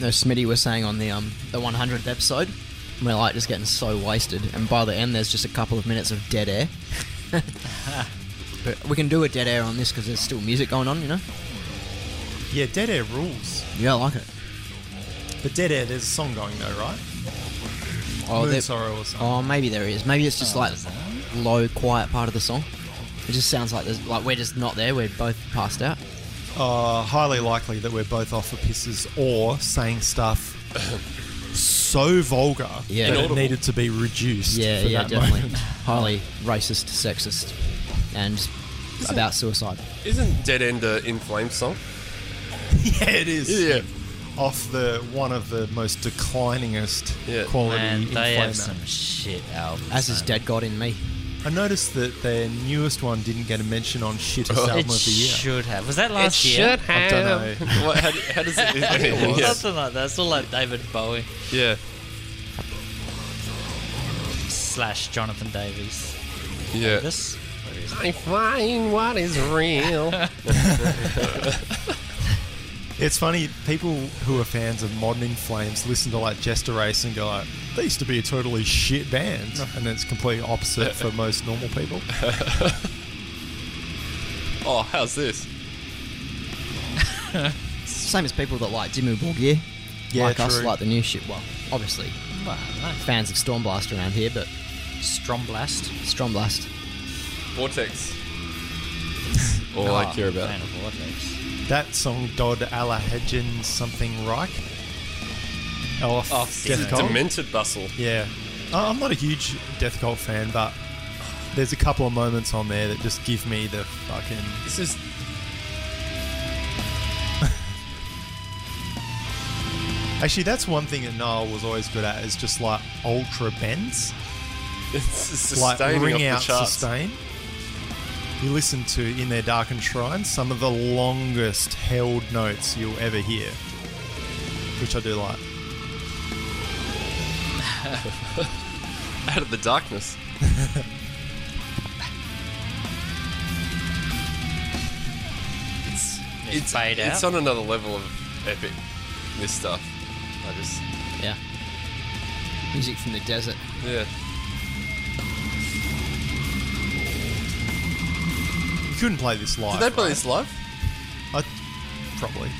Speaker 2: no, Smitty was saying on the um the 100th episode, we're like just getting so wasted, and by the end there's just a couple of minutes of dead air. but we can do a dead air on this because there's still music going on, you know.
Speaker 1: Yeah, Dead Air rules.
Speaker 2: Yeah, I like it.
Speaker 1: But Dead Air, there's a song going though, right?
Speaker 2: Oh,
Speaker 1: Moon
Speaker 2: there-
Speaker 1: Sorrow or something.
Speaker 2: oh, maybe there is. Maybe it's just like low, quiet part of the song. It just sounds like there's like we're just not there. We're both passed out.
Speaker 1: Uh, highly likely that we're both off for pisses or saying stuff so vulgar
Speaker 2: Yeah.
Speaker 1: that
Speaker 4: Inaudible.
Speaker 1: it needed to be reduced.
Speaker 2: Yeah,
Speaker 1: for
Speaker 2: yeah,
Speaker 1: that
Speaker 2: definitely.
Speaker 1: Moment.
Speaker 2: Highly racist, sexist, and about suicide.
Speaker 4: Isn't Dead End a In Flames song?
Speaker 1: yeah, it is. Off the one of the most decliningest
Speaker 4: Yeah.
Speaker 1: quality
Speaker 3: Man,
Speaker 1: in
Speaker 3: they
Speaker 1: Flame
Speaker 3: have some shit albums.
Speaker 2: As is
Speaker 3: man.
Speaker 2: Dead God in me.
Speaker 1: Out. I noticed that their newest one didn't get a mention on shittest
Speaker 4: Oh.
Speaker 1: album
Speaker 3: It
Speaker 1: of the year.
Speaker 3: should have. Was that last year?
Speaker 1: I don't know.
Speaker 4: What, how, do- how does it? yeah.
Speaker 3: Something like that. It's all like David Bowie
Speaker 4: yeah,
Speaker 3: slash Jonathan Davies.
Speaker 4: yeah.
Speaker 3: This.
Speaker 4: I find what is real.
Speaker 1: It's funny, people who are fans of Modern In Flames listen to like Jester Race and go like, they used to be a totally shit band. And it's completely opposite for most normal people.
Speaker 4: oh, how's this?
Speaker 2: Same as people that like Dimmu Borgir.
Speaker 1: Yeah,
Speaker 2: like us,
Speaker 1: true.
Speaker 2: like the new shit. Well, obviously,
Speaker 3: Well, no.
Speaker 2: fans of Stormblast around here, but
Speaker 3: Stromblast.
Speaker 2: Stormblast.
Speaker 4: Vortex. All
Speaker 1: Oh,
Speaker 4: I care about.
Speaker 3: Fan Oh, of Vortex.
Speaker 1: That song, Dodd Alahedjin something Reich. Off
Speaker 3: Oh,
Speaker 1: Death
Speaker 3: it's
Speaker 1: Cult.
Speaker 4: Demented bustle.
Speaker 1: Yeah. I- I'm not a huge Death Cult fan, but there's a couple of moments on there that just give me the fucking.
Speaker 4: This is.
Speaker 1: Actually, that's one thing that Niall was always good at is just like ultra bends,
Speaker 4: It's is
Speaker 1: like
Speaker 4: sustaining
Speaker 1: ring
Speaker 4: off
Speaker 1: out
Speaker 4: the charts.
Speaker 1: sustain. You listen to In Their Darkened Shrine, some of the longest held notes you'll ever hear, which I do like.
Speaker 4: Out of the darkness. it's
Speaker 3: It's
Speaker 4: it's
Speaker 3: fade
Speaker 4: It's
Speaker 3: out.
Speaker 4: on another level of epic. This stuff. I just
Speaker 2: Yeah. Music from the desert.
Speaker 4: yeah.
Speaker 1: You couldn't play this live.
Speaker 4: Did they play this live?
Speaker 1: I, probably.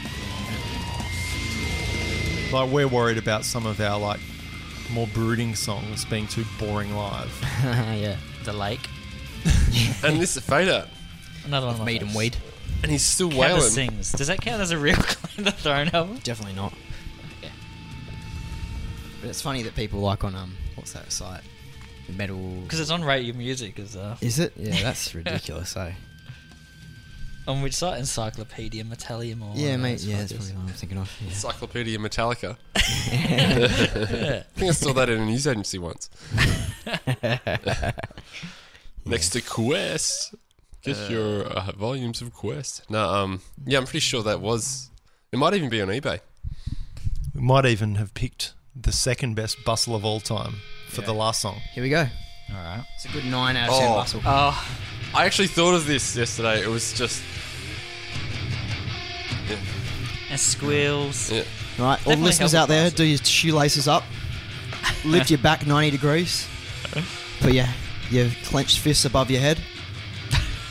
Speaker 1: Like we're worried about some of our like more brooding songs being too boring live.
Speaker 2: Uh-huh, yeah.
Speaker 3: The Lake.
Speaker 4: And this is fade out.
Speaker 3: Another one. of my
Speaker 2: Meat and
Speaker 3: faves.
Speaker 2: weed.
Speaker 4: And he's still
Speaker 3: Cabba
Speaker 4: wailing.
Speaker 3: sings. Does that count as a real Claim the Throne album?
Speaker 2: Definitely not. But it's funny that people like on um, what's that site? The metal.
Speaker 3: Because it's on Rate Your Music as well.
Speaker 2: Is it? Yeah, that's ridiculous. eh? So
Speaker 3: On which site? Encyclopedia Metallium or
Speaker 2: yeah,
Speaker 3: one of
Speaker 2: mate.
Speaker 3: those
Speaker 2: Yeah, that's
Speaker 3: fuckers.
Speaker 2: probably what I'm thinking of. Yeah.
Speaker 4: Encyclopedia Metallica.
Speaker 3: Yeah.
Speaker 4: I think I saw that at a news agency once. Next to Quest. Get your uh, volumes of Quest. No, um, yeah, I'm pretty sure that was. It might even be on eBay.
Speaker 1: We might even have picked the second best bustle of all time for the last song.
Speaker 2: Here we go.
Speaker 3: All right.
Speaker 2: It's a good nine out of ten.
Speaker 4: Oh.
Speaker 2: Bustle.
Speaker 3: Oh,
Speaker 4: I actually thought of this yesterday. It was just. Yeah,
Speaker 3: and squeals.
Speaker 4: yeah.
Speaker 2: Right, all
Speaker 3: Definitely
Speaker 2: listeners
Speaker 3: help
Speaker 2: out there,
Speaker 3: with
Speaker 2: do your shoelaces up, lift your back 90 degrees, put your, your clenched fists above your head,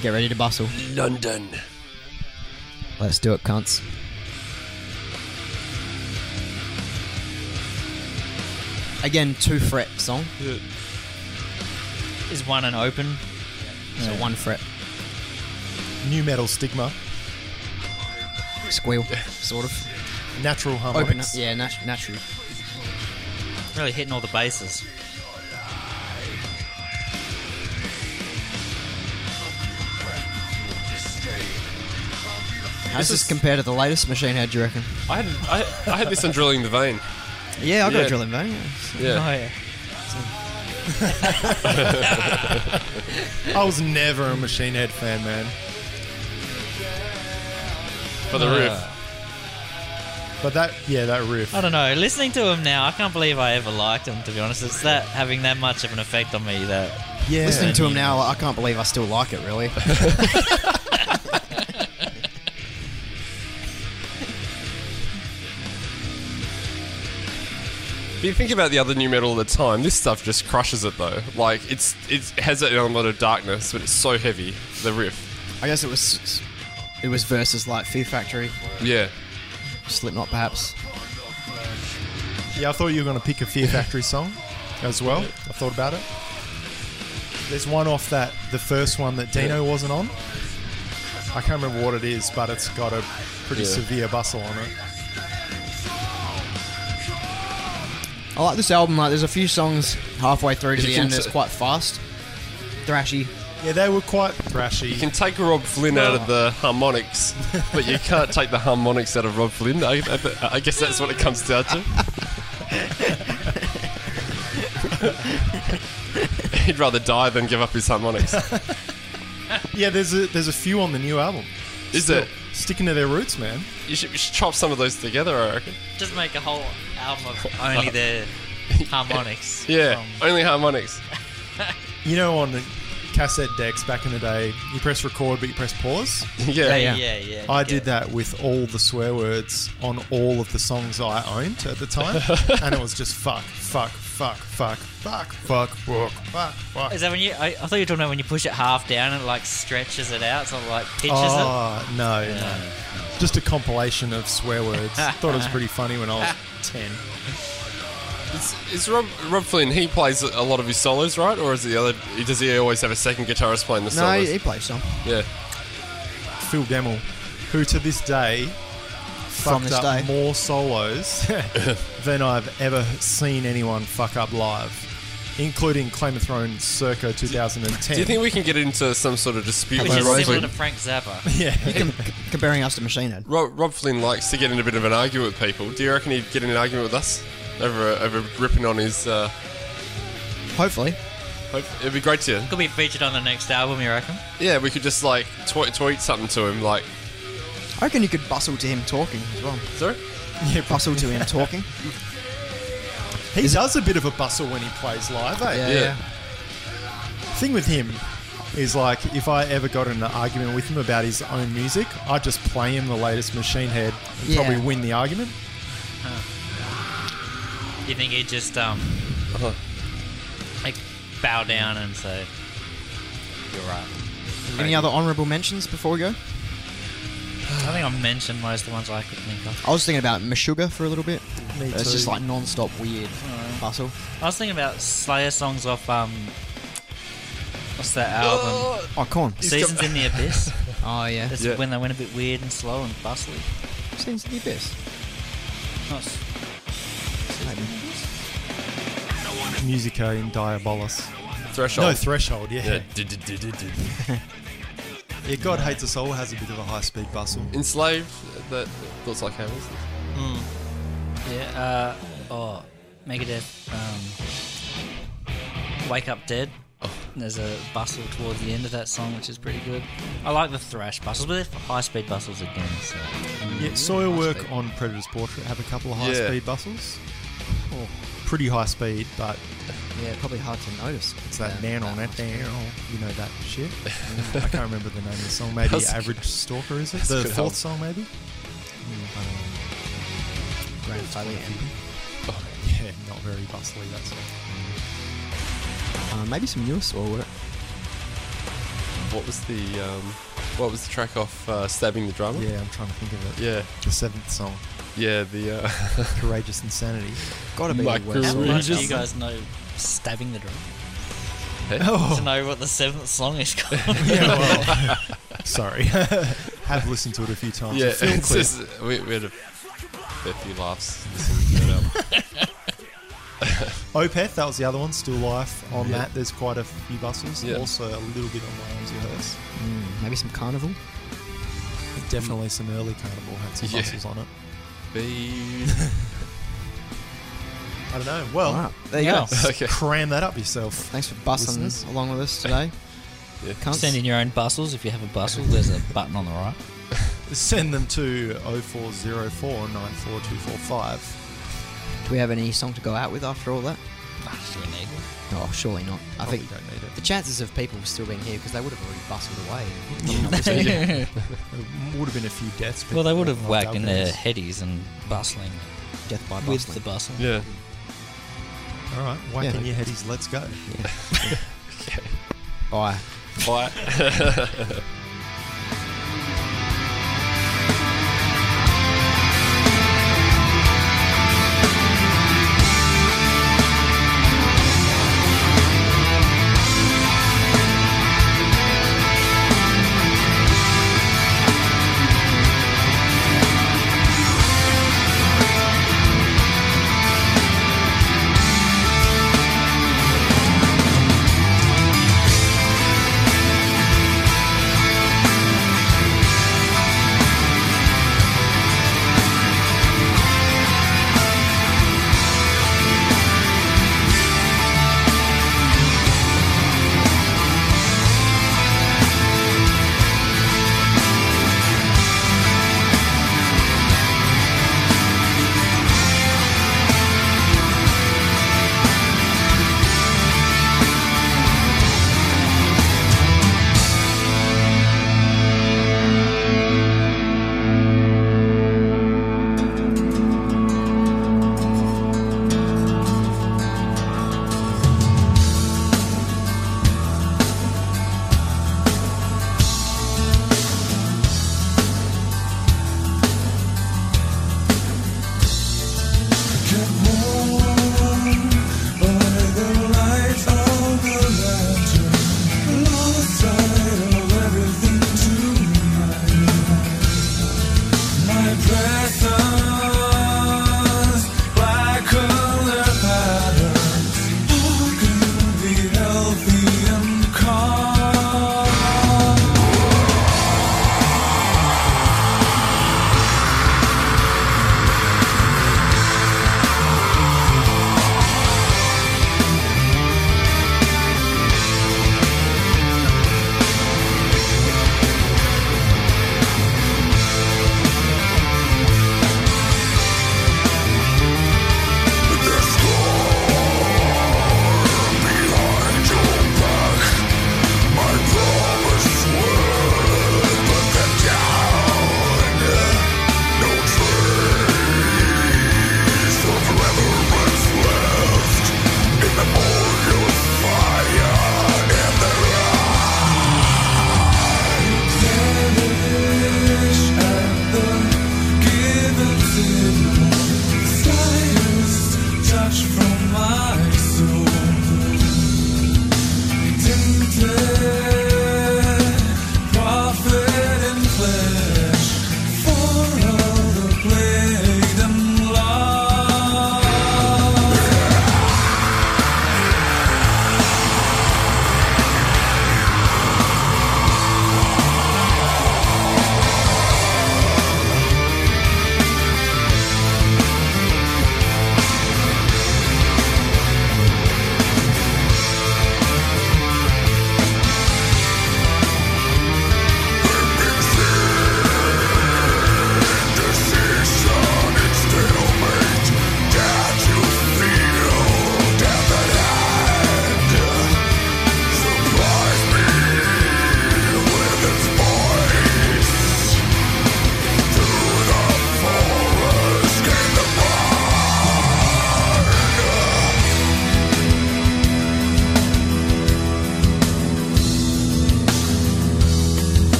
Speaker 2: get ready to bustle.
Speaker 4: London.
Speaker 2: Let's do it, cunts. Again, two fret song,
Speaker 3: Is one an open?
Speaker 2: so one fret
Speaker 1: New metal stigma,
Speaker 2: squeal, sort of.
Speaker 1: natural
Speaker 2: Open up,
Speaker 1: harmonics.
Speaker 2: yeah, nat- natural.
Speaker 3: Really hitting all the bases.
Speaker 4: This
Speaker 2: How's this
Speaker 4: is-
Speaker 2: compare to the latest Machine Head, do you reckon?
Speaker 4: I had I, I had this on drilling the vein.
Speaker 2: Yeah, I got
Speaker 4: Yeah.
Speaker 2: a drilling vein.
Speaker 4: Yeah.
Speaker 3: yeah.
Speaker 1: I was never a Machine Head fan, man,
Speaker 4: For the riff.
Speaker 1: but that yeah, that riff.
Speaker 3: I don't know. Listening to him now, I can't believe I ever liked him. To be honest, it's that having that much of an effect on me that
Speaker 1: Yeah,
Speaker 2: Listening to him now, I can't believe I still like it, really.
Speaker 4: But you think about the other new metal at the time, this stuff just crushes it though. Like it's it has that element of darkness, but it's so heavy. The riff,
Speaker 2: I guess it was it was versus like Fear Factory,
Speaker 4: yeah.
Speaker 2: Slipknot perhaps.
Speaker 1: Yeah, I thought you were going to pick a Fear Factory song as well. I thought about it. There's one off that, the first one that Dino wasn't on. I can't remember what it is, but it's got a pretty
Speaker 4: Yeah.
Speaker 1: severe bustle on it.
Speaker 2: I like this album. Like, there's a few songs halfway through to
Speaker 4: You
Speaker 2: the
Speaker 4: can
Speaker 2: end
Speaker 4: s-
Speaker 2: that's quite fast, thrashy.
Speaker 1: Yeah, they were quite thrashy.
Speaker 4: You can take Rob Flynn out of the harmonics, but you can't take the harmonics out of Rob Flynn. I, I, I guess that's what it comes down to. He'd rather die than give up his harmonics.
Speaker 1: yeah, there's a there's a few on the new album.
Speaker 4: Is it?
Speaker 1: Sticking to their roots, man.
Speaker 4: You should, you should chop some of those together, I reckon.
Speaker 3: just make a whole album of only the harmonics.
Speaker 4: Yeah,
Speaker 3: from-
Speaker 4: only harmonics.
Speaker 1: You know, on the cassette decks back in the day, you press record, but you press pause.
Speaker 4: yeah.
Speaker 3: yeah, yeah. yeah
Speaker 1: I
Speaker 3: yeah.
Speaker 1: did that with all the swear words on all of the songs I owned at the time, and it was just fuck, fuck, fuck, fuck, fuck, fuck, fuck, fuck, fuck.
Speaker 3: Is that when you? I, I thought you were talking about when you push it half down and it like stretches it out, so it like pitches
Speaker 1: oh no, no, just a compilation of swear words. Thought it was pretty funny when I was ten.
Speaker 4: It's, it's Rob, Rob Flynn. He plays a lot of his solos, right? Or is it the other? Does he always have a second guitarist playing the
Speaker 2: No,
Speaker 4: solos?
Speaker 2: he, he plays some
Speaker 4: yeah.
Speaker 1: Phil Demmel, who to this day
Speaker 2: from
Speaker 1: fucked
Speaker 2: this
Speaker 1: up
Speaker 2: day.
Speaker 1: more solos than I've ever seen anyone fuck up live. Including Claim of Throne circa 2010.
Speaker 4: Do you think we can get into some sort of dispute
Speaker 3: it,
Speaker 4: with
Speaker 3: which is
Speaker 4: Rob
Speaker 3: similar to
Speaker 4: Flynn?
Speaker 3: Frank Zappa.
Speaker 1: yeah.
Speaker 2: Com- comparing us to Machine Head.
Speaker 4: Rob, Rob Flynn likes to get in a bit of an argument with people. Do you reckon he'd get in an argument with us over over ripping on his? Uh,
Speaker 2: Hopefully,
Speaker 4: hope, it'd be great to.
Speaker 3: Could be featured on the next album, you reckon?
Speaker 4: Yeah, we could just like tweet tweet something to him, like
Speaker 2: I reckon you could bustle to him talking as well.
Speaker 4: sorry.
Speaker 2: Bustle to him talking.
Speaker 1: He does a bit of a bustle when he plays live, eh?
Speaker 2: Yeah.
Speaker 4: Yeah.
Speaker 1: thing with him is like if I ever got in an argument with him about his own music, I'd just play him the latest Machine Head and
Speaker 2: Yeah.
Speaker 1: probably win the argument.
Speaker 3: You think he'd just um like bow down and say, "You're right."
Speaker 2: Any other honourable mentions before we go?
Speaker 3: I think I've mentioned most of the ones I could think of.
Speaker 2: I was thinking about Meshuggah for a little bit.
Speaker 1: Me
Speaker 2: It's
Speaker 1: too.
Speaker 2: just like non-stop weird bustle.
Speaker 3: I was thinking about Slayer songs off um, what's that album?
Speaker 2: Oh, come on.
Speaker 3: Seasons in the Abyss.
Speaker 2: Oh yeah.
Speaker 3: That's
Speaker 4: Yeah.
Speaker 3: when they went a bit weird and slow and bustly.
Speaker 2: Seems to be best.
Speaker 3: Nice.
Speaker 2: Maybe.
Speaker 1: Musica in Diabolus.
Speaker 4: Threshold.
Speaker 1: No Threshold, yeah.
Speaker 4: Yeah. Du-du-du-du-du.
Speaker 1: Yeah, God Hates Us All has a bit of a high speed bustle.
Speaker 4: Enslaved. That thoughts like hammers.
Speaker 3: Yeah. Uh, oh, Megadeth. Um, Wake up dead. There's a bustle toward the end of that song, which is pretty good. I like the thrash bustles, but they're high speed bustles again. So.
Speaker 1: Yeah, soil
Speaker 3: High
Speaker 1: work
Speaker 3: speed.
Speaker 1: on Predator's Portrait have a couple of high
Speaker 4: Yeah.
Speaker 1: speed bustles. Oh, pretty high speed, but
Speaker 2: Yeah, probably hard to notice.
Speaker 1: it's that down on that down. You know that shit. Mm, I can't remember the name of the song. Maybe
Speaker 4: That's-
Speaker 1: Average Stalker, is it?
Speaker 4: that's a
Speaker 1: The
Speaker 4: good
Speaker 1: fourth
Speaker 4: help.
Speaker 1: song, maybe? Mm,
Speaker 2: Grand Failure.
Speaker 1: Yeah, not very bustly, that song.
Speaker 5: Uh, maybe some newer soil work.
Speaker 4: What was the um, What was the track off uh, stabbing the drummer?
Speaker 1: Yeah, I'm trying to think of it.
Speaker 4: Yeah.
Speaker 1: The seventh song,
Speaker 4: Yeah. The. Uh,
Speaker 1: Courageous Insanity.
Speaker 5: Gotta be
Speaker 4: Like
Speaker 5: worse.
Speaker 3: How much do
Speaker 4: Outrageous.
Speaker 3: you guys know stabbing the drum?
Speaker 1: Oh,
Speaker 3: To know what the seventh song is called.
Speaker 1: yeah, well, sorry. have listened to it a few times.
Speaker 4: yeah.
Speaker 1: A film
Speaker 4: it's
Speaker 1: clip.
Speaker 4: just- we, we had a fair few laughs. listening to that album.
Speaker 1: Opeth, that was the other one, Still Life. On
Speaker 4: Yeah.
Speaker 1: that, there's quite a few bustles.
Speaker 4: Yeah.
Speaker 1: Also, a little bit on My Arms Your Hearse.
Speaker 5: Mm, Maybe some carnival.
Speaker 1: Definitely some early Carnival had some
Speaker 4: Mm. Yeah.
Speaker 1: bustles on it.
Speaker 4: Be-
Speaker 1: I don't know. Well,
Speaker 5: Alright, there you
Speaker 3: Wow.
Speaker 5: go.
Speaker 4: okay.
Speaker 1: cram that up yourself.
Speaker 5: Thanks for bustling
Speaker 1: Listeners.
Speaker 5: along with us today.
Speaker 4: Yeah.
Speaker 5: Cunts.
Speaker 3: Send in your own bustles. If you have a bustle, there's a button on the right.
Speaker 1: Send them to 0404 94245.
Speaker 5: Do we have any song to go out with after all that?
Speaker 3: Do we need one?
Speaker 5: Oh, surely not. I
Speaker 1: Probably
Speaker 5: think
Speaker 1: don't need it.
Speaker 5: the chances of people still being here because they would have already bustled away.
Speaker 1: There would have been a few deaths. but
Speaker 3: Well, they would have
Speaker 1: not
Speaker 3: wagged in their
Speaker 1: dozens.
Speaker 3: headies and bustling
Speaker 5: Death by
Speaker 3: with the
Speaker 5: bustling.
Speaker 3: bustle.
Speaker 4: Yeah.
Speaker 1: All right, whack
Speaker 5: Yeah.
Speaker 1: in your headies. Let's go.
Speaker 5: Bye.
Speaker 4: Bye.